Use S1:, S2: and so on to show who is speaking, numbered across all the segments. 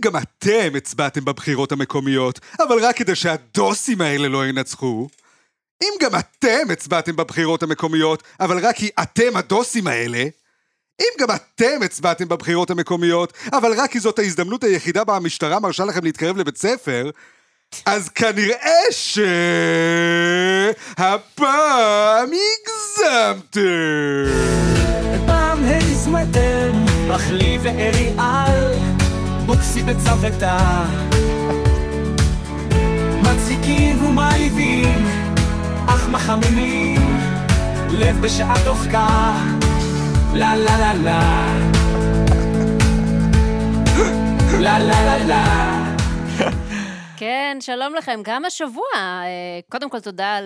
S1: גם אתם הצבעתם בבחירות המקומיות, אבל רק כדי שהדוסים האלה לא ינצחו. אם גם אתם הצבעתם בבחירות המקומיות, אבל רק כי אתם הדוסים האלה. אם גם אתם הצבעתם בבחירות המקומיות, אבל רק כי זאת ההזדמנות היחידה בה המשטרה מרשה לכם להתקרב לבית ספר, אז כנראה ש... הפעם הגזמתם.
S2: פעם הזמנתם מחליף ואריאל, בוקסי בצוותא. מציקים ומעליבים, אך מחממים, לב בשעה דוחקה, לה לה לה לה. לה לה לה לה.
S3: כן, שלום לכם. גם השבוע, אה, קודם כל תודה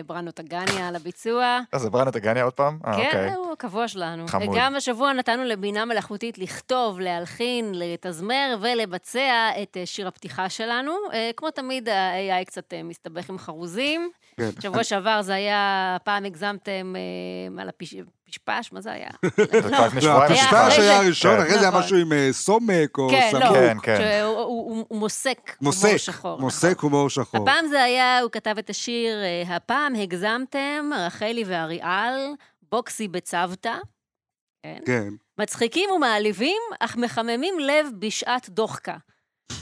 S3: לברנו טגניה על הביצוע.
S4: אה, זה ברנה טגניה עוד פעם? אה,
S3: כן,
S4: אוקיי.
S3: הוא הקבוע שלנו.
S4: חמוד.
S3: גם השבוע נתנו לבינה מלאכותית לכתוב, להלחין, לתזמר ולבצע את אה, שיר הפתיחה שלנו. אה, כמו תמיד, ה-AI קצת אה, מסתבך עם חרוזים.
S1: כן.
S3: שבוע שעבר זה היה, פעם הגזמתם אה, על הפשפש, מה זה היה?
S4: זה כבר לפני
S1: לא,
S4: שבועיים.
S3: הפשפש
S4: שבועיים.
S1: הפשפש
S3: אחרי
S1: היה
S3: זה-
S1: הראשון,
S4: כן.
S1: אחרי זה היה
S3: נכון.
S1: משהו עם אה, סומק או
S3: כן, לא,
S1: סמוק.
S4: כן, כן.
S3: שהוא- הוא הוא- הוא מוסק,
S1: מוסק,
S3: הומור שחור. נכון.
S1: מוסק הומור שחור.
S3: הפעם זה היה, הוא כתב את השיר, אה, הפעם הגזמתם, רחלי ואריאל, בוקסי בצוותא. כן.
S1: כן.
S3: מצחיקים ומעליבים, אך מחממים לב בשעת דוחקה.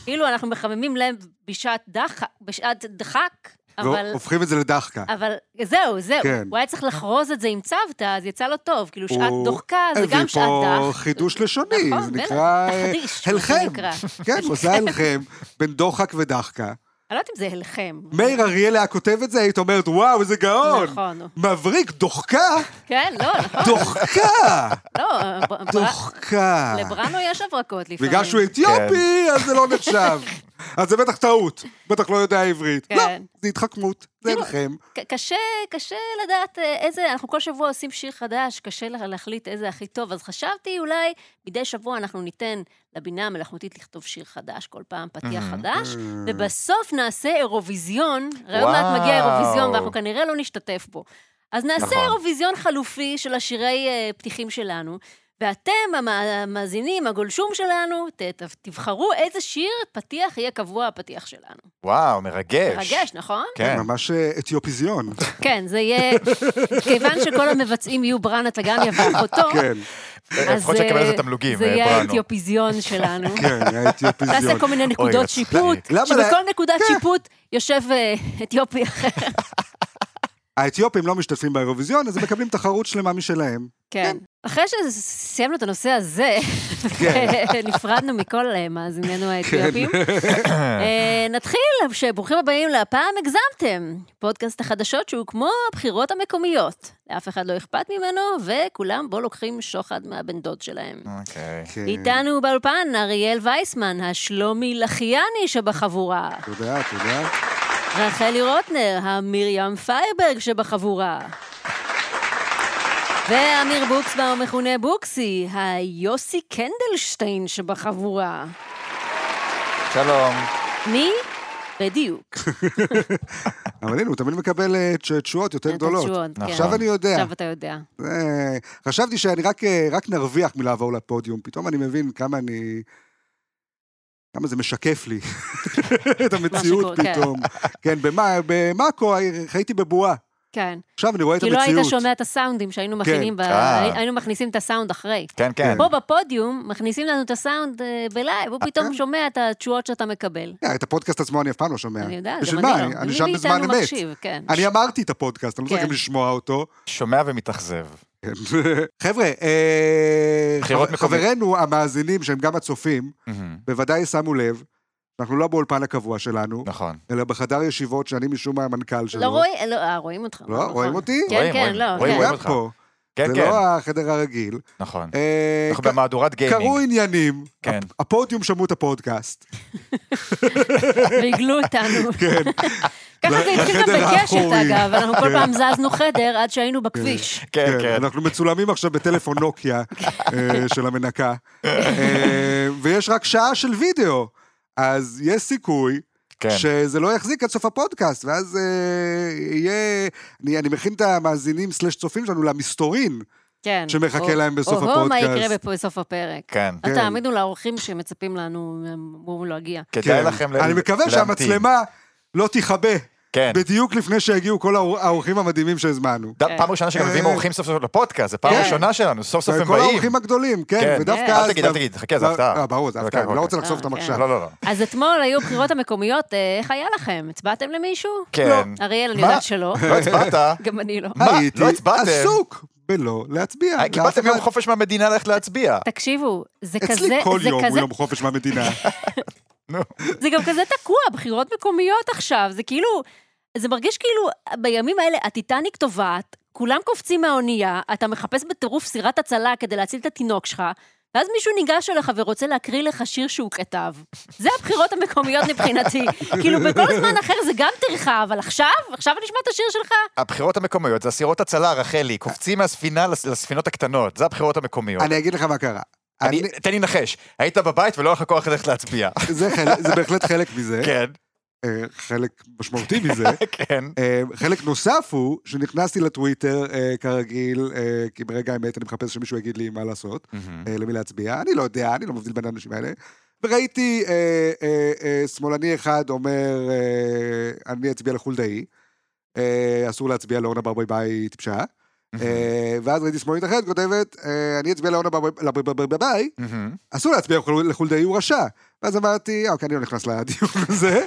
S3: כאילו אנחנו מחממים לב בשעת דחק, בשעת דחק, אבל...
S1: והופכים את זה לדחקה.
S3: אבל זהו, זהו.
S1: כן.
S3: הוא היה צריך לחרוז את זה עם צוותא, אז יצא לו טוב. כאילו, שעת
S1: הוא
S3: דוחקה זה
S1: הביא
S3: גם שעת
S1: פה
S3: דח.
S1: חידוש לשוני,
S3: נכון,
S1: זה
S3: בטח,
S1: נקרא... אה,
S3: תחדיש, מה
S1: הלחם.
S3: שנקרא.
S1: כן, הוא עושה הלחם בין דוחק ודחקה.
S3: אני לא יודעת אם זה הלחם.
S1: מאיר אריאל היה כותב את זה, היית אומרת, וואו, איזה גאון.
S3: נכון.
S1: מבריק, דוחקה?
S3: כן, לא, נכון,
S1: דוחקה!
S3: לא. בר-
S1: דוחקה.
S3: לברנו יש הברקות לפעמים.
S1: אה. בגלל
S3: כן.
S1: שהוא אתיופי, אז זה לא נחשב. אז זה בטח טעות, בטח לא יודע עברית. לא,
S3: כן.
S1: זה התחכמות, זה
S3: כאילו,
S1: הלחם.
S3: ק- קשה, קשה לדעת אה, איזה, אנחנו כל שבוע עושים שיר חדש, קשה לה- להחליט איזה הכי טוב, אז חשבתי אולי מדי שבוע אנחנו ניתן לבינה המלאכותית לכתוב שיר חדש, כל פעם פתיח חדש, ובסוף נעשה אירוויזיון, הרי עוד מעט מגיע
S4: וואו.
S3: אירוויזיון ואנחנו כנראה לא נשתתף בו. אז נעשה
S4: נכון.
S3: אירוויזיון חלופי של השירי אה, פתיחים שלנו. ואתם, המא- המאזינים, הגולשום שלנו, ת- ת- תבחרו איזה שיר פתיח יהיה קבוע הפתיח שלנו.
S4: וואו, מרגש.
S3: מרגש, נכון?
S4: כן.
S1: ממש אה, אתיופיזיון.
S3: כן, זה יהיה... כיוון שכל המבצעים יהו ברנה טגניה ואחותו,
S1: כן,
S4: אה, לפחות
S3: אה,
S4: שיקבל איזה תמלוגים,
S3: זה
S4: אה,
S3: יהיה
S4: בראנו.
S3: האתיופיזיון שלנו.
S1: כן, האתיופיזיון.
S3: תעשה כל מיני נקודות
S4: מצחיק.
S3: שיפוט,
S1: למה
S3: שבכל
S1: לה-
S3: נקודת
S1: כן.
S3: שיפוט יושב אה, אתיופי אחר.
S1: האתיופים לא משתתפים באירוויזיון, אז הם מקבלים תחרות שלמה משלהם.
S3: כן. אחרי שסיימנו את הנושא הזה, נפרדנו מכל אה, מאזיננו האתיופים. אה, נתחיל, שברוכים הבאים להפעם הגזמתם. פודקאסט החדשות שהוא כמו הבחירות המקומיות. לאף אחד לא אכפת ממנו, וכולם בו לוקחים שוחד מהבן דוד שלהם.
S4: אוקיי.
S1: כן.
S3: איתנו באולפן אריאל וייסמן, השלומי לחיאני שבחבורה.
S1: תודה, תודה.
S3: רחלי רוטנר, המרים פייברג שבחבורה. ואמיר בוקסבאום, מכונה בוקסי, היוסי קנדלשטיין שבחבורה.
S4: שלום.
S3: מי? בדיוק.
S1: אבל הנה, הוא תמיד מקבל אה, תש- תשואות יותר גדולות. נכון.
S3: התשואות, כן.
S1: עכשיו אני יודע.
S3: עכשיו אתה יודע.
S1: אה, חשבתי שאני רק, אה, רק נרוויח מלעבור לפודיום, פתאום אני מבין כמה אני... כמה זה משקף לי את המציאות
S3: שקורה, כן.
S1: פתאום. כן, במא- במאקו חייתי בבועה.
S3: כן.
S1: עכשיו אני רואה את
S3: כי לא
S1: המציאות.
S3: היית שומע את הסאונדים שהיינו
S1: כן.
S3: מכינים, ב-
S4: אה.
S3: היינו מכניסים את הסאונד אחרי.
S4: כן, כן.
S3: פה בפודיום מכניסים לנו את הסאונד אה, בלייב, הוא פתאום
S1: כן.
S3: שומע את התשואות שאתה מקבל.
S1: אה, את הפודקאסט עצמו אני אף פעם לא שומע.
S3: אני יודעת,
S1: בשביל
S3: גם אני
S1: מה?
S3: לא.
S1: אני- אני
S3: מי
S1: שם
S3: מאיתנו
S1: בזמן אמת.
S3: מקשיב, כן.
S1: אני אמרתי את הפודקאסט, אני לא צריך
S3: כן.
S1: גם לשמוע אותו.
S4: שומע ומתאכזב.
S1: כן. חבר'ה, אה,
S4: בחירות
S1: חבר-
S4: מקומיות.
S1: חברינו המאזינים, שהם גם הצופים,
S4: מהמם.
S1: בוודאי שמו לב, אנחנו לא באולפן הקבוע שלנו,
S4: נכון.
S1: אלא בחדר ישיבות שאני משום מה המנכ"ל שלו.
S3: לא רואים, לא, אה, רואים אותך.
S1: לא,
S3: נכון.
S1: רואים אותי?
S3: כן,
S4: רואים,
S3: כן,
S4: רואים,
S3: לא,
S4: רואים,
S3: כן.
S1: גם
S4: אותך.
S1: פה.
S4: כן,
S1: זה
S4: כן.
S1: לא החדר הרגיל.
S4: נכון.
S1: אה,
S4: אנחנו
S1: ק-
S4: במהדורת גיימינג.
S1: קרו עניינים,
S4: כן.
S1: הפ- הפודיום שמעו את הפודקאסט.
S3: והגלו אותנו.
S1: כן,
S3: ככה זה התחיל גם
S1: לחדר
S3: בקשת,
S1: האחורי.
S3: אגב, אנחנו כל פעם זזנו חדר עד שהיינו בכביש.
S4: כן,
S1: כן,
S4: כן.
S1: אנחנו מצולמים עכשיו בטלפון נוקיה
S3: כן.
S1: אה, של המנקה, אה, ויש רק שעה של וידאו, אז יש סיכוי
S4: כן.
S1: שזה לא יחזיק עד סוף הפודקאסט, ואז אה, יהיה... אני, אני מכין את המאזינים סלש צופים שלנו למסתורין
S3: כן.
S1: שמחכה
S3: או-
S1: להם בסוף
S3: או-הו, מה
S1: הפודקאסט.
S3: יקרה בפ- בסוף הפרק.
S4: כן.
S1: כן.
S3: אל תאמינו לאורחים שמצפים לנו, הם אמורים להגיע.
S4: כדאי
S1: כן.
S4: לכם לה-
S1: אני מקווה
S4: להמתין.
S1: שהמצלמה לא תיכבה.
S4: כן.
S1: בדיוק לפני שהגיעו כל האור- האורחים המדהימים שהזמנו.
S3: כן.
S4: ד- פעם ראשונה שגם מביאים
S1: אה.
S4: אורחים סוף סוף לפודקאסט, זו פעם
S1: כן.
S4: ראשונה שלנו, סוף סוף הם
S1: כל
S4: באים.
S3: אה.
S1: האורחים הגדולים, כן,
S4: כן.
S1: ודווקא
S3: אל
S1: אז...
S4: תגיד, אל תגיד, חכה, זה
S1: לא,
S4: הפתעה.
S1: אה, ברור, זה
S4: אוקיי,
S1: הפתעה, אני לא
S4: אוקיי.
S1: רוצה לחשוף אותם
S3: אה, כן.
S1: עכשיו.
S4: לא, לא, לא.
S3: אז אתמול היו בחירות המקומיות, אה, איך היה לכם? הצבעתם למישהו?
S4: כן.
S3: אריאל, אני
S4: מה?
S3: יודעת שלא.
S4: לא הצבעת.
S3: גם אני לא.
S4: מה?
S1: הייתי
S4: לא הצבעתם?
S1: עסוק בלא להצביע.
S4: אה,
S1: לאף
S4: קיבלתם יום
S1: אחד.
S4: חופש מהמדינה ללכת להצביע.
S3: תקשיבו, זה כזה,
S1: אצלי כל
S3: זה
S1: יום הוא
S3: כזה,
S1: יום חופש מהמדינה.
S4: נו.
S3: זה גם כזה תקוע, בחירות מקומיות עכשיו, זה כאילו, זה מרגיש כאילו בימים האלה הטיטניק טובעת, כולם קופצים מהאונייה, אתה מחפש בטירוף סירת הצלה כדי להציל את התינוק שלך, ואז מישהו ניגש אליך ורוצה להקריא לך שיר שהוא כתב. זה הבחירות המקומיות מבחינתי. כאילו, בכל זמן אחר זה גם טרחה, אבל עכשיו? עכשיו נשמע את השיר שלך?
S4: הבחירות המקומיות זה הסירות הצלה, רחלי, קופצים מהספינה לס- לספינות הקטנות, זה הבחירות המקומיות.
S1: אני אגיד לך מה קרה.
S4: אני-
S1: אני- אה?
S4: תן לי לנחש, היית בבית ולא היה לך כוח ללכת להצביע.
S1: זה חלק- זה בהחלט חלק מזה,
S4: כן,
S1: אה, חלק משמעותי מזה.
S4: כן.
S1: אה, חלק נוסף הוא שנכנסתי לטוויטר, אה, כרגיל, אה, כי ברגע האמת אני מחפש שמישהו יגיד לי מה לעשות,
S4: Mm-hmm.
S1: אה, למי להצביע, אני לא יודע, אני לא מבדיל בין האנשים האלה. וראיתי אה, אה, אה, שמאלני אחד אומר, אה, אני אצביע לחולדאי, אה, אסור להצביע לאורנה ברביבאי, היא טיפשה. אה, ואז ראיתי שמאלנית אחרת כותבת, אה, אני אצביע לאורנה ברב- לברביבאי,
S4: מהמם.
S1: אסור להצביע לחול- לחולדאי, הוא רשע. ואז אמרתי, אוקיי, אני לא נכנס לדיון הזה.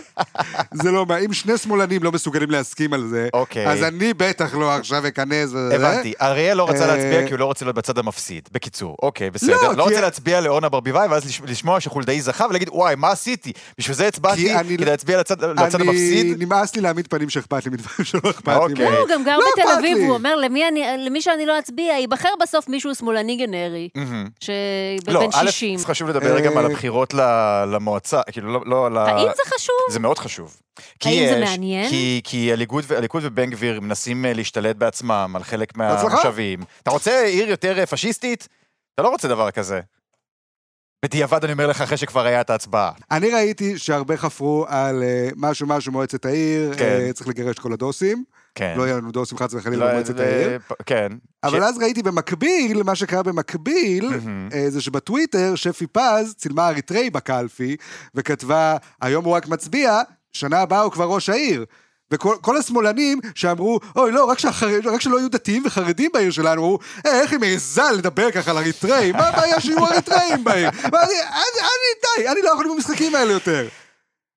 S1: זה לא, מה- אם שני שמאלנים לא מסוגלים להסכים על זה,
S4: אוקיי.
S1: אז אני בטח לא עכשיו אכנס וזה.
S4: הבנתי, אריאל לא רצה
S1: אה,
S4: להצביע כי הוא לא רוצה להיות בצד המפסיד. בקיצור, אוקיי, בסדר.
S1: לא,
S4: לא
S1: כי-
S4: רוצה להצביע לאורנה ברביבאי, ואז לש- לשמוע שחולדאי זכה ולהגיד, וואי, מה עשיתי? בשביל זה הצבעתי,
S1: כי אני-
S4: כדי להצביע לצד לצד
S1: אני,
S4: המפסיד?
S1: נמאס לי להעמיד פנים שאכפת לי מדברים שלא אכפת לי.
S4: אוקיי.
S1: מהם.
S3: לא, הוא גם גר
S1: לא
S3: בתל
S1: אכפת
S3: אביב,
S1: לי.
S3: הוא אומר, למי אני- למי שאני לא אצביע, ייבחר בסוף מישהו שמאלני גנרי,
S4: מהמם. לא,
S3: שבן
S4: א',
S3: 60.
S4: חשוב לדבר גם
S1: אה,
S4: על הבחירות ל- למועצה, כאילו, לא- לא על ה...
S3: האם זה חשוב?
S4: זה מאוד חשוב. כי
S3: האם זה
S4: יש-
S3: מעניין?
S4: כי, כי הליכוד, ו- הליכוד ובן גביר מנסים אה, להשתלט בעצמם על חלק
S1: בהצלחה.
S4: מהמושבים. אתה רוצה עיר יותר אה, פשיסטית? אתה לא רוצה דבר כזה. בדיעבד אני אומר לך אחרי שכבר היה את ההצבעה.
S1: אני ראיתי שהרבה חפרו על אה, משהו משהו מועצת העיר,
S4: כן.
S1: אה, צריך לגרש כל הדוסים,
S4: כן.
S1: לא יהיה לנו דוסים חס וחלילה
S4: לא,
S1: במועצת
S4: זה-
S1: העיר.
S4: פ- כן.
S1: אבל
S4: ש-
S1: אז ראיתי במקביל, מה שקרה במקביל,
S4: מהמם.
S1: אה, זה שבטוויטר שפי פז צילמה אריתראי בקלפי, וכתבה, היום הוא רק מצביע, שנה הבאה הוא כבר ראש העיר. וכל כל השמאלנים שאמרו, אוי לא, רק, שהחר... רק שלא יהיו דתיים וחרדים בעיר שלנו, אמרו, "אה, איך היא מעיזה לדבר ככה על אריתראים? מה הבעיה שיהיו אריתראים בעיר? ואני, אני, אני, די, אני לא יכול עם המשחקים האלה יותר.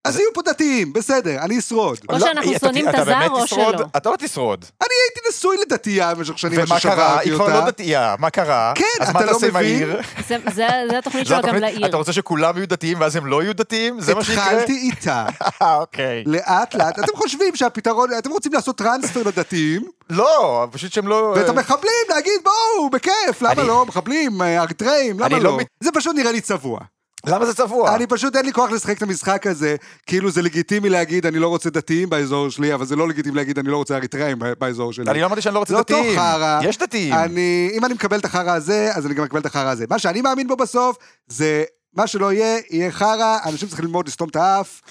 S1: אז יהיו פה דתיים, בסדר, אני אשרוד.
S3: או
S4: לא,
S3: שאנחנו
S4: אתה-
S3: שונאים את
S4: אתה
S3: הזר
S4: באמת
S3: או
S4: תשרוד?
S3: שלא.
S4: אתה לא תשרוד.
S1: אני הייתי נשוי לדתייה במשך שנים,
S4: ומה
S1: עד
S4: קרה?
S1: ששברתי
S4: היא
S1: אותה.
S4: כבר לא דתייה, מה קרה?
S1: כן,
S4: אז מה
S1: אתה לא
S4: תעשה עם
S1: מבין?
S4: העיר?
S3: זה- זה זה התוכנית
S4: זה
S3: שלו גם
S4: התוכנית?
S3: לעיר.
S4: אתה רוצה שכולם יהיו דתיים ואז הם לא יהיו דתיים? זה מה שיקרה?
S1: התחלתי איתה,
S4: אה, אוקיי.
S1: לאט לאט, אתם חושבים שהפתרון, אתם רוצים לעשות טרנספר לדתיים,
S4: לא, פשוט שהם לא...
S1: ואת המחבלים להגיד בואו, בכיף, למה
S4: אני-
S1: לא, מחבלים, אה, אריתראים, למה
S4: אני
S1: לא?
S4: לא אה. מת-
S1: זה פשוט נראה לי צבוע.
S4: למה זה צבוע?
S1: אני פשוט, אין לי כוח לשחק את המשחק הזה, כאילו זה לגיטימי להגיד אני לא רוצה דתיים באזור שלי, אבל זה לא לגיטימי להגיד אני לא רוצה אריתראים באזור שלי.
S4: אני לא אמרתי שאני לא רוצה
S1: זה אותו
S4: דתיים.
S1: חרא.
S4: יש דתיים.
S1: אני, אם אני מקבל את החרא הזה, אז אני גם אקבל את החרא הזה. מה שאני מאמין בו בסוף, זה מה שלא יהיה, יהיה חרא, אנשים צריכים ללמוד לסתום את האף,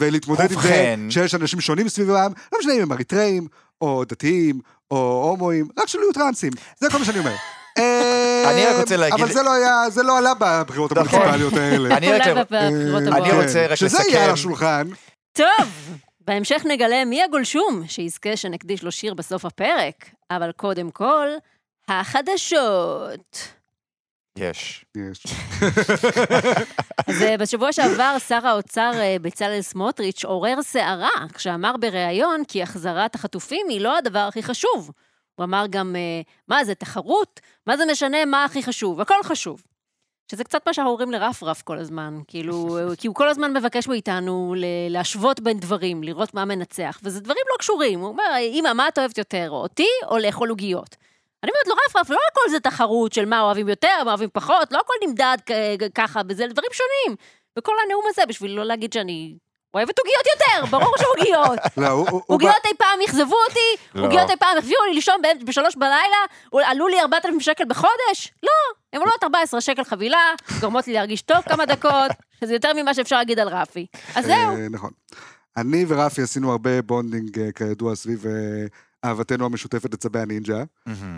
S1: ולהתמודד עם זה,
S4: ובכן.
S1: שיש אנשים שונים סביבם, לא משנה אם הם אריתראים, או דתיים, או הומואים, רק שלא יהיו טרנסים, זה כל מה שאני אומר. אה,
S4: אני רק רוצה להגיד-
S1: אבל זה לא היה, זה לא עלה בבחירות
S4: נכון.
S1: המוניציפליות האלה.
S4: אני רק-
S3: אולי בבחירות
S1: אה,
S4: אני
S3: הבאות.
S4: רוצה רק
S1: שזה
S4: לסכם.
S1: יהיה על השולחן.
S3: טוב, בהמשך נגלה מי הגולשום שיזכה שנקדיש לו שיר בסוף הפרק, אבל קודם כל, החדשות.
S4: יש.
S1: יש.
S3: אז אה, בשבוע שעבר שר האוצר אה, בצלאל סמוטריץ' עורר סערה כשאמר בריאיון כי החזרת החטופים היא לא הדבר הכי חשוב. הוא אמר גם, אה, מה זה, תחרות? מה זה משנה מה הכי חשוב? הכל חשוב. שזה קצת מה שאנחנו אומרים לרפרף כל הזמן, כאילו, אה, כי הוא כל הזמן מבקש מאיתנו ל- להשוות בין דברים, לראות מה מנצח, וזה דברים לא קשורים. הוא אומר, אמא, מה את אוהבת יותר, או אותי או לאכול עוגיות? אני אומרת לו, רפרף, לא הכל זה תחרות של מה אוהבים יותר, מה אוהבים פחות, לא הכל נמדד כ- ככה, וזה דברים שונים. בכל הנאום הזה, בשביל לא להגיד שאני אוהבת עוגיות יותר, ברור שעוגיות.
S1: לא, הוא- הוא- הוא בא-
S3: עוגיות אי פעם אכזבו אותי,
S4: לא.
S3: עוגיות אי פעם הביאו לי לישון ב- בשלוש בלילה, הוא- עלו לי 4,000 שקל בחודש? לא, הן עולות 14 שקל חבילה, גורמות לי להרגיש טוב כמה דקות, שזה יותר ממה שאפשר להגיד על רפי. אז זהו,
S1: אה, נכון. אני ורפי עשינו הרבה בונדינג, אה, כידוע, סביב אה, אהבתנו המשותפת לצבי הנינג'ה.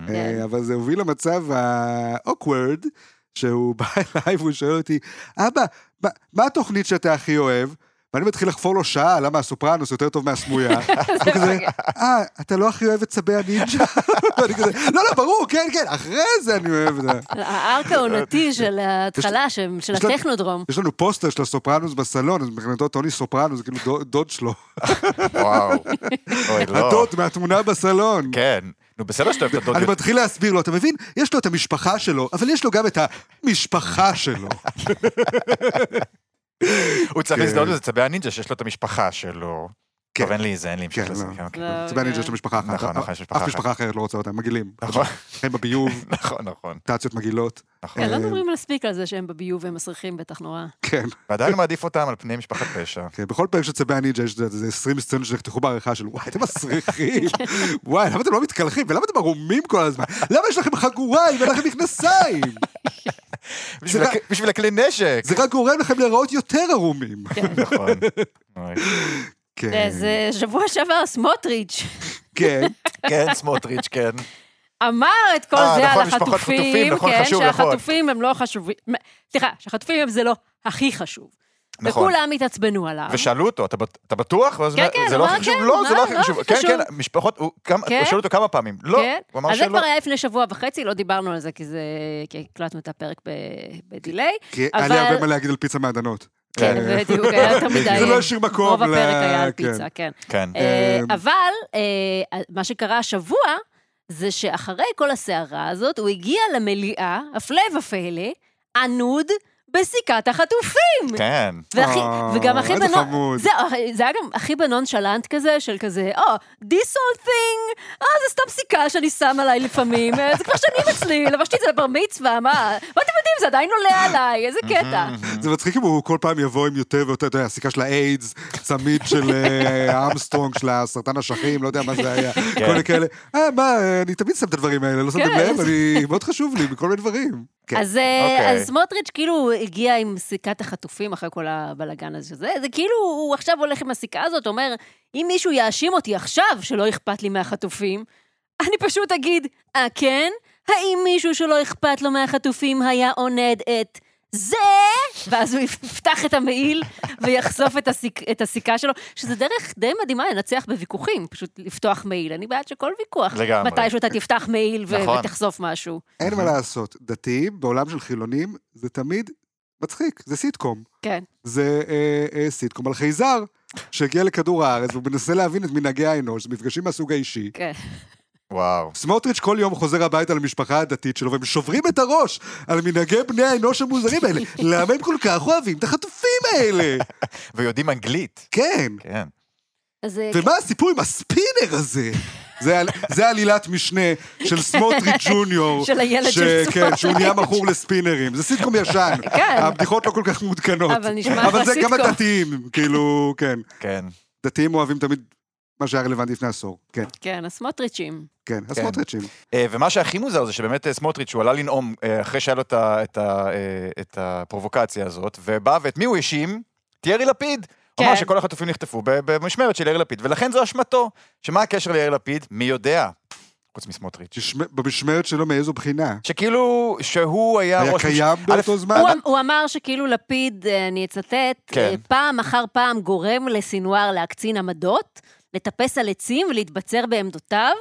S3: כן.
S1: אה, אבל זה הוביל למצב ה-awkward, שהוא בא אליי והוא שואל אותי, אבא, מה- מה התוכנית שאתה הכי אוהב? ואני מתחיל לחפור לו שעה, למה הסופרנוס יותר טוב מהסמויה. הוא כזה, אה, אתה לא הכי אוהב את צבי הנינג'ה? ואני כזה, לא, לא, ברור, כן, כן, אחרי זה אני אוהב את זה.
S3: הארק העונתי של ההתחלה, של של
S1: יש לה-
S3: הטכנודרום.
S1: יש לנו פוסטר של הסופרנוס בסלון, אז מבחינתו טוני סופרנוס זה כאילו דוד- דוד שלו.
S4: וואו. אוי, לא.
S1: הדוד מהתמונה בסלון.
S4: כן. נו, בסדר שאתה אוהב את הדוד.
S1: אני מתחיל להסביר לו, אתה מבין? יש לו את המשפחה שלו, אבל יש לו גם את המשפחה שלו.
S4: הוא צריך
S1: כן.
S4: להזדהות לזה, צבי הנינג'ה שיש לו את המשפחה שלו.
S1: כן.
S4: טוב, אין לי זה, אין לי המשך
S1: כן,
S4: לזה.
S1: לא.
S4: כן, אוקיי.
S3: לא.
S1: זה בעניין שיש לו משפחה אחת.
S4: נכון,
S1: אף-
S4: נכון, יש משפחה
S1: אף
S4: אחת.
S1: משפחה אחרת לא רוצה אותם, מגעילים.
S4: נכון.
S1: הם בביוב,
S4: נכון, נכון,
S1: טציות מגעילות,
S4: נכון.
S3: כן, לא מדברים מספיק על זה שהם בביוב והם מסריחים בטח נורא.
S1: כן.
S4: ועדיין מעדיף אותם על פני משפחת פשע.
S1: כן, בכל פעם שצבי הנינג'ה יש איזה 20 סצנות שנחתכו בעריכה של וואי, אתם מסריחים, וואי, למה אתם לא מתקלחים, ולמה אתם ערומים כל הזמן? למה יש לכם חגורה אם אין לכם מכנסיים?
S4: בשביל
S1: רק-
S4: הכ- בשביל הכלי נשק.
S1: זה רק גורם לכם להיראות יותר ערומים.
S4: נכון. אוי.
S1: כן,
S3: כן, אה, זה שבוע שעבר סמוטריץ'
S1: כן,
S4: כן, סמוטריץ', כן.
S3: אמר את כל
S4: אה,
S3: זה על
S4: נכון, משפחות
S3: החטופים,
S4: חטופים, נכון,
S3: כן,
S4: חשוב, נכון.
S3: שהחטופים הם לא חשובים, סליחה, שהחטופים הם זה לא הכי חשוב.
S4: נכון.
S3: וכולם התעצבנו עליו.
S4: ושאלו אותו, "אתה בט- אתה בטוח? ואז
S3: כן,
S4: הוא אומר,
S3: כן,
S4: זה
S3: הוא
S4: לא
S3: אמר,
S4: הכי חשוב.
S3: כן,
S4: לא, זה
S3: לא,
S4: לא הכי
S3: לא
S4: חשוב.
S3: הכי
S4: כן, כן,
S3: חשוב.
S4: משפחות, הוא כמה-
S3: כן.
S4: הוא שאל אותו כמה פעמים. לא,
S3: כן?
S4: הוא אמר
S3: אז זה
S4: שלא.
S3: כבר היה לפני שבוע וחצי, לא דיברנו על זה כי זה, כי הקלטנו את הפרק ב- בדיליי.
S1: כי כן. היה לי הרבה
S3: אבל...
S1: מה להגיד על פיצה מעדנות.
S3: כן,
S1: אה,
S3: בדיוק, היה יותר מדי.
S1: זה לא השאיר מקום
S3: רוב
S1: ל-
S3: הפרק היה על
S1: כן.
S3: פיצה, כן.
S4: כן.
S3: אה,
S1: אמ,
S3: אבל אה, מה שקרה השבוע, זה שאחרי כל הסערה הזאת, הוא הגיע למליאה, הפלא ופלא, ענוד בסיכת החטופים.
S4: כן.
S3: והכי,
S1: אה,
S3: וגם הכי
S1: איזה
S3: בנון,
S1: חמוד.
S3: זה, אה, זה היה גם הכי בנון שלנט כזה, של כזה, או, oh, this whole thing, אה, זה סתם סיכה שאני שם עליי לפעמים, אה, זה כבר שנים אצלי, לבשתי את זה לבר מצווה, מה, מה אתם יודעים, זה עדיין עולה עליי, איזה קטע.
S1: זה מצחיק אם הוא כל פעם יבוא עם יותר ויותר, אתה יודע, הסיכה של האיידס, צמיד של אה, אמסטרונג, של הסרטן אשכים, לא יודע מה זה היה, כל מיני כאלה. אה, מה, אה, אני תמיד שם את הדברים האלה, לא שמתם
S3: כן.
S1: לב, אני, מאוד חשוב לי, מכל מיני דברים. כן.
S3: אז, אה,
S4: אוקיי.
S3: אז סמוטריץ' כאילו הגיע עם סיכת החטופים אחרי כל הבלגן הזה שזה, זה כאילו הוא עכשיו הולך עם הסיכה הזאת, אומר, אם מישהו יאשים אותי עכשיו שלא אכפת לי מהחטופים, אני פשוט אגיד, אה כן? האם מישהו שלא אכפת לו מהחטופים היה עונד את זה? ואז הוא יפתח את המעיל ויחשוף את, הסיק, את הסיכה שלו, שזה דרך די מדהימה לנצח בוויכוחים, פשוט לפתוח מעיל. אני בעד שכל ויכוח,
S4: לגמרי.
S3: מתישהו אתה תפתח מעיל ו-
S4: נכון.
S3: ותחשוף משהו.
S1: אין מה לעשות, דתיים, בעולם של חילונים, זה תמיד מצחיק, זה סיטקום.
S3: כן.
S1: זה אה, אה, סיטקום על חייזר, שהגיע לכדור הארץ, והוא מנסה להבין את מנהגי האנוש, זה מפגשים מהסוג האישי.
S3: כן.
S4: וואו.
S1: סמוטריץ' כל יום חוזר הביתה למשפחה הדתית שלו, והם שוברים את הראש על מנהגי בני האנוש המוזרים האלה. למה הם כל כך אוהבים את החטופים האלה?
S4: ויודעים אנגלית.
S1: כן.
S4: כן.
S3: אז אה,
S1: ומה הסיפור עם הספינר הזה? זה, על- זה עלילת משנה של סמוטריץ' ג'וניור.
S3: של הילד של
S1: ש- כן, שהוא
S3: סמוטריץ'.
S1: נהיה מכור לספינרים. זה סיטקום ישן.
S3: כן.
S1: הבדיחות לא כל כך מעודכנות.
S3: אבל נשמע
S1: אבל זה גם
S3: סיטקום.
S1: הדתיים, כאילו, כן.
S4: כן.
S1: דתיים אוהבים תמיד מה שהיה רלוונטי לפני עשור. כן,
S3: כן, הסמוטריצ'ים.
S1: כן. הסמוטריצ'ים.
S4: אה, ומה שהכי מוזר זה שבאמת אה, סמוטריץ', הוא עלה לנאום אה, אחרי שהיה לו את ה- את ה- אה, את הפרובוקציה הזאת, ובא ואת מי הוא האשים? את יאיר לפיד. הוא אמר
S3: כן.
S4: שכל החטופים נחטפו ב- במשמרת של יאיר לפיד, ולכן זו אשמתו. שמה הקשר ליאיר לפיד? מי יודע? חוץ מסמוטריץ'.
S1: תשמע- במשמרת שלו מאיזו בחינה?
S4: שכאילו, שהוא היה
S1: היה
S4: ראש ממשלה-
S1: קיים
S4: א',
S1: באותו זמן?
S3: הוא, אמ- הוא אמר שכאילו לפיד, אה, אני אצטט,
S4: כן.
S3: אה, פעם אחר פעם גורם לסינואר להקצין עמדות, לטפס על עצים ולהתבצר בעמדותיו,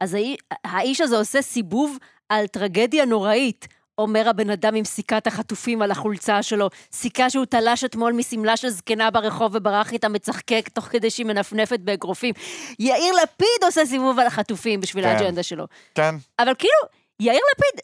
S3: אז האי- האיש הזה עושה סיבוב על טרגדיה נוראית. אומר הבן אדם עם סיכת החטופים על החולצה שלו, סיכה שהוא תלש אתמול משמלה של זקנה ברחוב וברח איתה מצחקק תוך כדי שהיא מנפנפת באגרופים. יאיר לפיד עושה סיבוב על החטופים בשביל
S4: כן.
S3: האג'נדה שלו.
S4: כן.
S3: אבל כאילו, יאיר לפיד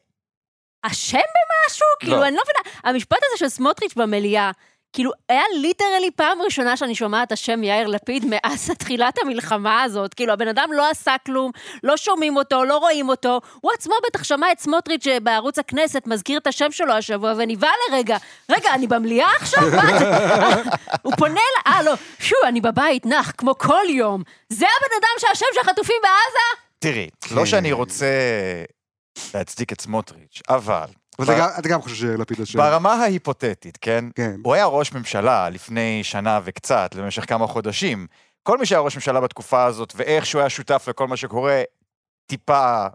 S3: אשם במשהו? לא. כאילו, אני לא מבינה. המשפט הזה של סמוטריץ' במליאה, כאילו, היה ליטרלי פעם ראשונה שאני שומעת את השם יאיר לפיד מאז תחילת המלחמה הזאת. כאילו, הבן אדם לא עשה כלום, לא שומעים אותו, לא רואים אותו. הוא עצמו בטח שמע את סמוטריץ' אה, בערוץ הכנסת מזכיר את השם שלו השבוע, ונבהל לרגע. רגע, אני במליאה עכשיו? מה זה? הוא פונה ל... אה, לא. שו, אני בבית, נח, כמו כל יום. זה הבן אדם שהשם של החטופים בעזה?
S4: תראי,
S1: כן.
S4: לא שאני רוצה להצדיק את סמוטריץ', אבל...
S1: אבל אתה גם- אתה גם חושב שיאיר לפיד אשם.
S4: אמ- ברמה ההיפותטית, כן?
S1: כן.
S4: הוא היה ראש ממשלה לפני שנה וקצת, למשך כמה חודשים. כל מי שהיה ראש ממשלה בתקופה הזאת, ואיך שהוא היה שותף לכל מה שקורה, טיפה,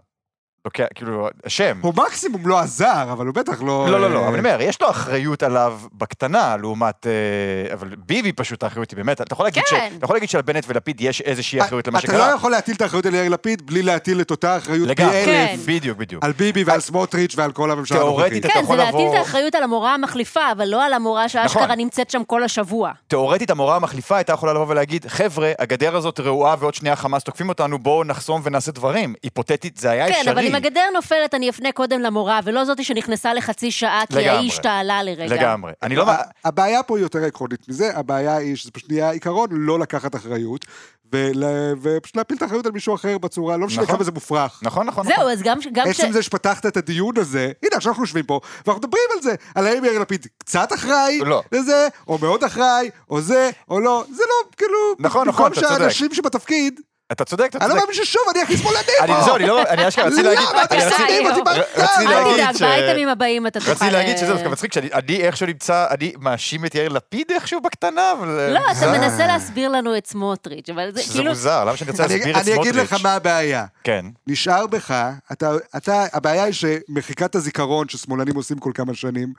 S4: לוקח, כאילו, אשם.
S1: הוא מקסימום לא עזר, אבל הוא בטח לא...
S4: לא, לא, לא,
S1: אה,
S4: אבל אני אומר, יש לו אחריות עליו בקטנה, לעומת... אה, אבל ביבי פשוט, האחריות היא באמת... אתה יכול להגיד,
S3: כן.
S4: ש, אתה יכול להגיד שעל בנט ולפיד יש איזושהי אחריות למה
S1: אתה
S4: שקרה?
S1: לא יכול להטיל את האחריות על יאיר לפיד בלי להטיל את אותה אחריות פי
S4: לגמרי,
S1: אלף
S3: כן.
S4: בדיוק, בדיוק.
S1: על ביבי ועל סמוטריץ' ועל כל הממשלה הנוכחית.
S4: תיאורטית, אתה
S3: כן, זה
S4: יכול
S3: להטיל
S4: לבוא-
S3: את האחריות על המורה המחליפה, אבל לא על המורה שאשכרה
S4: נכון.
S3: נמצאת שם כל השבוע.
S4: תאורטית, המורה המחליפה הייתה יכולה לבוא ולהגיד, חבר'ה, הגדר הזאת רעועה ועוד שנייה חמאס תוקפים אותנו, בואו נחסום ונעשה דברים. היפותטית, זה היה אפשרי.
S3: כן, אבל אם הגדר נופלת, אני אפנה קודם למורה, ולא זאתי שנכנסה לחצי שעה, כי
S4: לגמרי.
S3: האיש תעלה לרגע.
S4: לגמרי. אני לא...
S1: ה- הבעיה פה היא יותר עקרונית מזה, הבעיה היא שזה פשוט נהיה עיקרון לא לקחת אחריות, ול- ופשוט להפיל את האחריות על מישהו אחר בצורה, לא משנה
S4: נכון.
S1: כמה זה מופרך.
S4: נכון, נכון, נכון.
S3: זהו, אז גם ש- גם ש...
S1: עצם זה שפתחת את הדיון הזה, הנה עכשיו אנחנו יושבים פה, ואנחנו מדברים על זה, על האם יאיר לפיד קצת אחראי
S4: לא.
S1: לזה, או מאוד אחראי, או זה, או לא, זה לא, כאילו,
S4: נכון, נכון, אתה
S1: במקום
S4: צודק.
S1: שהאנשים שבתפקיד,
S4: אתה צודק, אתה
S1: אני לא
S4: צודק.
S1: מאמין ששוב אני הכי שמאלני
S4: אני
S1: פה.
S4: זהו, אני לא... אני אשכרה רציתי
S1: למה
S4: להגיד...
S1: אתה
S4: אני
S1: מסתדר
S4: רציתי-
S1: עם אותי
S3: אל
S1: בקטן?
S4: רציתי
S3: אל
S4: להגיד
S3: תדאג,
S4: ש-
S3: באייטמים הבאים אתה תוכל...
S4: רציתי להגיד שזה
S3: אה,
S4: דווקא מצחיק שאני אני איכשהו נמצא, אני מאשים את יאיר לפיד איכשהו בקטנה, אבל...
S3: לא, אתה
S4: מוזר.
S3: מנסה להסביר לנו את סמוטריץ', אבל זה
S4: שזה
S3: כאילו...
S4: מוזר, למה שאני רוצה
S1: אני-
S4: להסביר את
S1: אני
S4: סמוטריץ'?
S1: אגיד לך מה הבעיה.
S4: כן.
S1: נשאר בך, אתה, אתה, הבעיה היא שמחיקת הזיכרון ששמאלנים עושים כל כמה שנים,